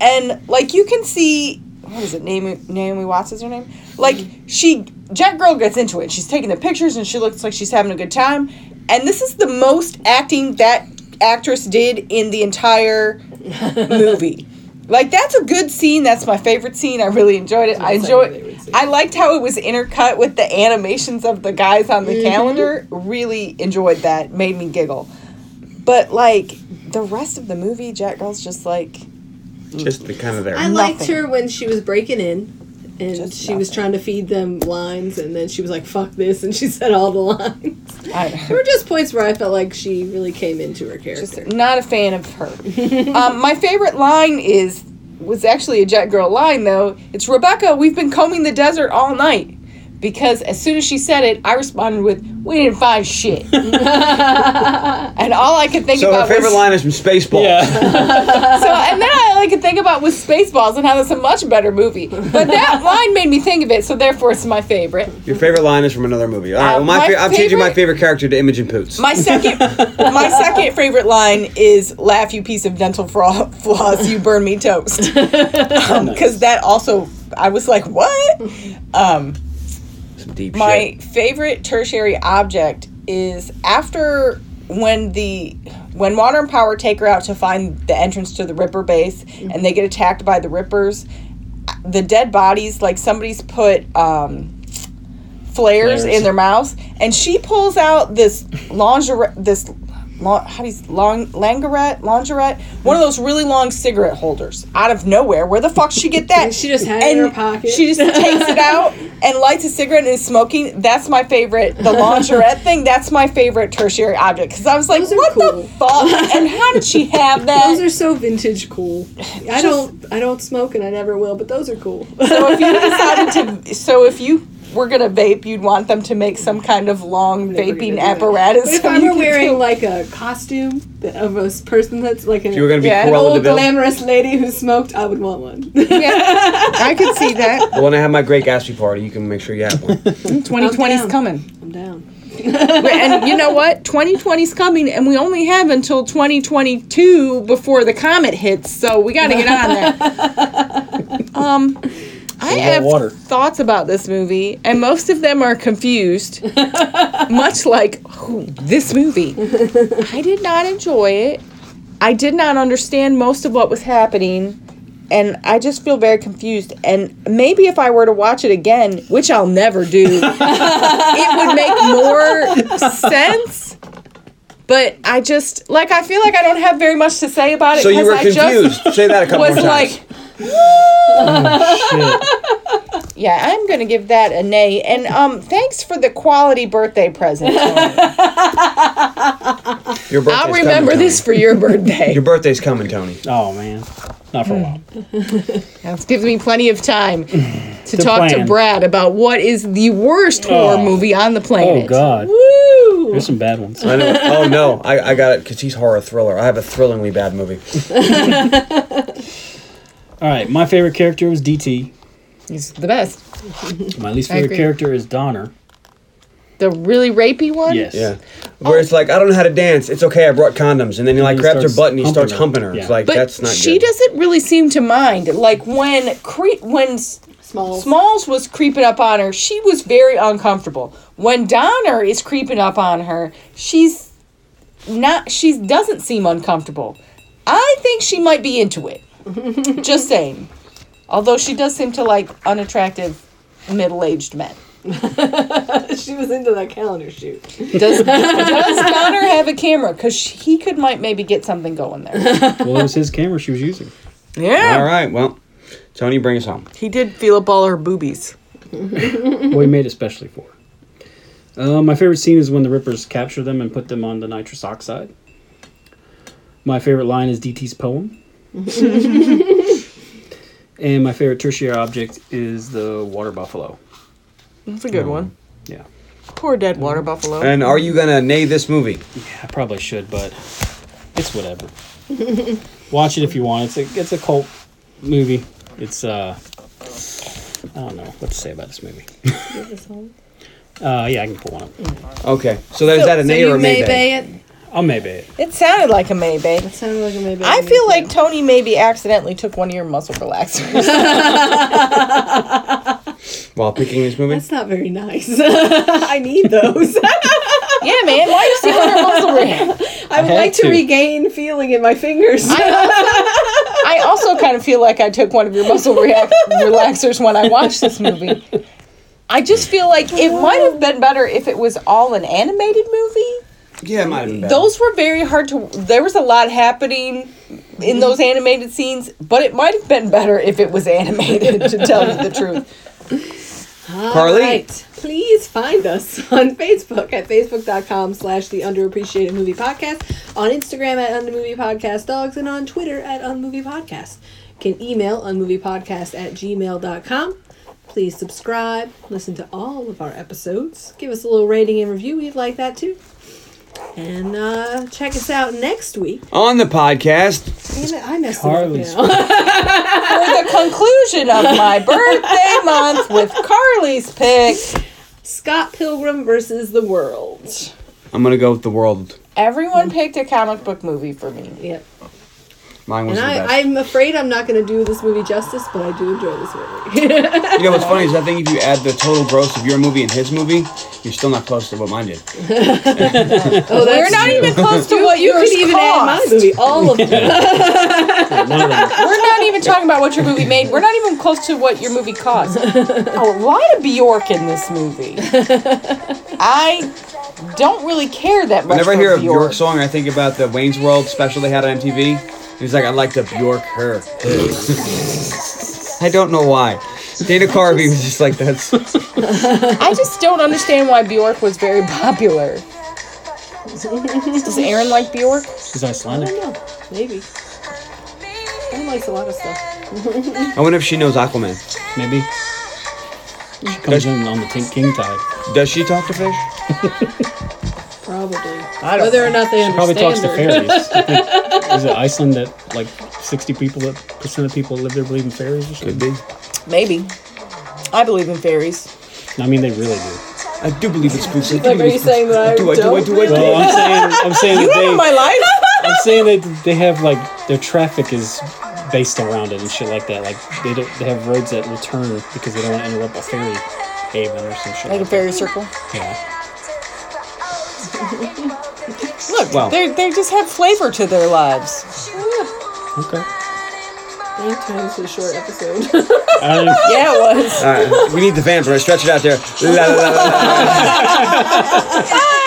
Speaker 2: And like you can see what is it, Naomi Naomi Watts is her name?
Speaker 4: Mm-hmm.
Speaker 2: Like she Jet Girl gets into it. She's taking the pictures and she looks like she's having a good time. and this is the most acting that actress did in the entire movie. Like that's a good scene. That's my favorite scene. I really enjoyed it. I
Speaker 4: my
Speaker 2: enjoyed.
Speaker 4: favorite scene.
Speaker 2: I liked how it was intercut with the animations of the guys on the calendar. Really enjoyed that. Made me giggle. But like the rest of the movie, Jack Girl's just like
Speaker 3: Just the kind of there.
Speaker 4: I liked
Speaker 2: Nothing.
Speaker 4: her when she was breaking in. And
Speaker 2: Just
Speaker 4: she was trying to feed them lines, and then she was like, fuck this, and she said all the lines. There were just points where I felt like she really came into her character.
Speaker 2: just not a fan of her. um, my favorite line is was actually a Jet Girl line though. It's Rebecca. We've been combing the desert all night because as soon as she said it, I responded with, "We didn't find shit," and all I could think
Speaker 3: So her
Speaker 2: about
Speaker 3: favorite
Speaker 2: was
Speaker 3: line is from Spaceballs.
Speaker 5: Yeah.
Speaker 2: so. And then all I could think about was Spaceballs and how that's a much better movie. But that line made me think of it, so therefore it's my favorite.
Speaker 3: Your favorite line is from another movie. All right,
Speaker 2: Uh,
Speaker 3: well, my,
Speaker 2: my
Speaker 3: fa- I'm changing my
Speaker 2: favorite-
Speaker 3: favorite character to Imogen Poots.
Speaker 2: My second, my second favorite line is "Laugh, you piece of dental flaw- flaws, you burn me toast," because that also I was like, "What?" Um,
Speaker 3: Some deep
Speaker 2: my
Speaker 3: shit.
Speaker 2: favorite tertiary object is after when the when Water and Power take her out to find the entrance to the Ripper base, and they get attacked by the Rippers. The dead bodies, like somebody's put. Um, flares,
Speaker 5: Flares.
Speaker 2: in their mouths, and she pulls out this lingerie, this long, how do you, long langerette, lingerette, one of those really long cigarette holders out of nowhere. Where the fuck she get that?
Speaker 4: She just had it in her pocket.
Speaker 2: She just takes it out and lights a cigarette and is smoking. That's my favorite. The lingerette thing. That's my favorite tertiary object because I was like,
Speaker 4: Those are
Speaker 2: what the
Speaker 4: cool.
Speaker 2: fuck? And how did she have that?
Speaker 4: Those are so vintage cool. I don't I don't smoke and I never will, but those are cool.
Speaker 2: so if you decided to, so if you were gonna vape, you'd want them to make some kind of long
Speaker 4: never gonna do
Speaker 2: vaping
Speaker 4: that.
Speaker 2: apparatus.
Speaker 4: But if
Speaker 2: so
Speaker 4: I
Speaker 2: you
Speaker 4: were
Speaker 2: could
Speaker 4: wearing
Speaker 2: vape.
Speaker 4: like a costume that- of a s- person that's like an,
Speaker 3: You were going to be
Speaker 2: Yeah,
Speaker 3: yeah,
Speaker 2: an
Speaker 4: an
Speaker 3: Cruella de
Speaker 4: old
Speaker 3: Vil.
Speaker 4: glamorous lady who smoked, I would want one.
Speaker 6: I could see that.
Speaker 3: When I have my great Gatsby party, you can make sure you have one.
Speaker 2: 2020's
Speaker 4: down.
Speaker 2: coming.
Speaker 4: I'm down.
Speaker 2: and you know what? 2020's coming, and we only have until 2022 before the comet hits, so we got to get on there. Um, I
Speaker 5: about
Speaker 2: have
Speaker 5: water?
Speaker 2: thoughts about this movie, and most of them are confused, much like oh, this movie. I did not enjoy it. I did not understand most of what was happening. And I just feel very confused. And maybe if I were to watch it again, which I'll never do, it would make more sense. But I just like I feel like I don't have very much to say about it.
Speaker 3: So you
Speaker 2: 'cause
Speaker 3: were
Speaker 2: I
Speaker 3: confused.
Speaker 2: Just
Speaker 3: Say that a couple
Speaker 2: was
Speaker 3: more times.
Speaker 2: like, yeah, I'm gonna give that a nay. And um, thanks for the quality birthday present. Tony.
Speaker 3: Your birthday's
Speaker 2: I'll remember
Speaker 3: coming,
Speaker 2: this for
Speaker 3: Tony.
Speaker 2: your birthday.
Speaker 3: Your birthday's coming, Tony.
Speaker 5: Oh man, not
Speaker 4: Mm.
Speaker 5: for a while.
Speaker 2: That gives me plenty of time to, talk to
Speaker 5: plan.
Speaker 2: Brad about what is the worst horror
Speaker 5: Oh.
Speaker 2: movie on the planet.
Speaker 5: Oh god,
Speaker 2: Woo!
Speaker 5: there's some bad ones.
Speaker 3: I know. Oh no, I, I got it because he's horror thriller. I have a thrillingly bad movie.
Speaker 5: All right, my favorite character was DT.
Speaker 2: He's the best.
Speaker 5: My least
Speaker 2: I
Speaker 5: favorite
Speaker 2: agree.
Speaker 5: character is Donner.
Speaker 2: The really rapey one.
Speaker 5: Yes.
Speaker 3: Yeah, where it's like I don't know how to dance. It's okay. I brought condoms, and then he like
Speaker 5: he
Speaker 3: grabs her
Speaker 5: starts
Speaker 3: butt and he
Speaker 5: humping
Speaker 3: starts
Speaker 5: her.
Speaker 3: humping her.
Speaker 5: Yeah.
Speaker 3: It's like
Speaker 2: But
Speaker 3: that's not
Speaker 2: she
Speaker 3: good.
Speaker 2: doesn't really seem to mind. Like when cre- when S-
Speaker 4: Small.
Speaker 2: Smalls was creeping up on her, she was very uncomfortable. When Donner is creeping up on her, she's not. She doesn't seem uncomfortable. I think she might be into it. Just saying. Although she does seem to like unattractive middle-aged men.
Speaker 4: she was into that calendar shoot.
Speaker 2: Does, does Donner have a camera? Because he could might maybe get something going there.
Speaker 5: Well, it was his camera she was using.
Speaker 2: Yeah,
Speaker 3: All right, well, Tony, bring us home.
Speaker 2: he did feel up all her boobies.
Speaker 5: Well, he made it especially for. her. Uh, my favorite scene is when the Rippers capture them and put them on the nitrous oxide. My favorite line is DT's poem. and my favorite tertiary object is the water buffalo.
Speaker 2: That's a good
Speaker 3: Oh.
Speaker 2: one.
Speaker 5: Yeah.
Speaker 2: Poor dead water buffalo.
Speaker 3: And are you gonna nay this movie?
Speaker 5: I probably should, but it's whatever. Watch it if you want. It's a it's a cult movie. It's uh I don't know what to say about this movie. uh yeah, I can put one up.
Speaker 3: Okay, so there's that a nay or a maybe?
Speaker 4: it.
Speaker 5: I'll maybe it.
Speaker 2: It sounded like a maybe.
Speaker 4: It sounded like a maybe.
Speaker 2: I feel like Tony maybe accidentally took one of your muscle relaxers.
Speaker 3: While picking this movie,
Speaker 4: that's not very nice. I need those.
Speaker 7: Yeah, man. Why you stealing her muzzle ring?
Speaker 4: I would
Speaker 5: had
Speaker 4: like to,
Speaker 5: to.
Speaker 4: regain feeling in my fingers.
Speaker 7: I also kind of feel like I took one of your muscle react- relaxers when I watched this movie.
Speaker 2: I just feel like it might have been better if it was all an animated movie.
Speaker 3: Yeah, it might have been bad.
Speaker 2: Those were very hard to. There was a lot happening in those animated scenes, but it might have been better if it was animated, to tell you the truth.
Speaker 3: Carly?
Speaker 4: Alright, please find us on Facebook at facebook.com slash the underappreciated movie podcast, on Instagram at unmovie podcast dogs, and on Twitter at unmovie podcast. You can email unmoviepodcast at gmail.com. Please subscribe, listen to all of our episodes, give us a little rating and review. We'd like that too. And uh, check us out next week.
Speaker 3: On the podcast,
Speaker 4: Damn it, I messed
Speaker 5: Carly's
Speaker 4: it up now.
Speaker 2: For the conclusion of my birthday month with Carly's pick.
Speaker 4: Scott Pilgrim versus the World.
Speaker 3: I'm gonna go with the world.
Speaker 2: Everyone picked a comic book movie for me.
Speaker 4: Yep.
Speaker 3: Mine was
Speaker 4: And
Speaker 3: the best.
Speaker 4: I, I'm afraid I'm not going to do this movie justice, but I do enjoy this movie.
Speaker 3: You know what's funny is I think if you add the total gross of your movie and his movie, you're still not close to what mine did.
Speaker 4: oh,
Speaker 2: We're not even close to what
Speaker 4: you
Speaker 2: yours
Speaker 4: could even add
Speaker 2: cost.
Speaker 4: my movie. All of them.
Speaker 5: None of them.
Speaker 2: We're not even talking about what your movie made. We're not even close to what your movie cost. A lot of Bjork in this movie. I don't really care that much.
Speaker 3: Whenever I
Speaker 2: for
Speaker 3: hear a
Speaker 2: Bjork.
Speaker 3: Bjork song, I think about the Wayne's World special they had on MTV. He was like, I like to Bjork her. I don't know why. Dana Carvey was just like, that's.
Speaker 7: I just don't understand why Bjork was very popular. Does Aaron like Bjork?
Speaker 5: She's Icelandic.
Speaker 4: Maybe. Ellen likes a lot of stuff.
Speaker 3: I wonder if she knows Aquaman.
Speaker 5: Maybe. She comes in on the Pink King tide.
Speaker 3: Does she talk to fish?
Speaker 4: Probably. Whether or not they
Speaker 5: Probably
Speaker 4: understand
Speaker 5: talks to
Speaker 4: her.
Speaker 5: fairies. I think- Is it Iceland that like sixty people that percent of people that live there believe in fairies or
Speaker 3: Could
Speaker 5: something?
Speaker 3: be.
Speaker 2: Maybe. I believe in fairies.
Speaker 5: I mean, they really do.
Speaker 3: I do believe it's spooks. I do
Speaker 4: Like, are
Speaker 3: believe
Speaker 4: you
Speaker 3: it's spooks.
Speaker 4: saying that I
Speaker 3: do, I do, I
Speaker 4: don't?
Speaker 3: do, I do.
Speaker 5: Well, I'm saying, I'm saying that
Speaker 2: In my
Speaker 5: they,
Speaker 2: life,
Speaker 5: I'm saying that they have like their traffic is based around it and shit like that. Like they don't, they have roads that will turn because they don't want to interrupt a fairy haven or some shit. Like,
Speaker 2: a
Speaker 5: that.
Speaker 2: fairy circle.
Speaker 5: Yeah.
Speaker 2: Look,
Speaker 3: Wow.
Speaker 2: they they just have flavor to their lives.
Speaker 5: Okay.
Speaker 4: Nine times a short episode.
Speaker 5: I don't know.
Speaker 2: Yeah, it was.
Speaker 3: All right, we need the vamp. Stretch it out there. La, la, la, la, la.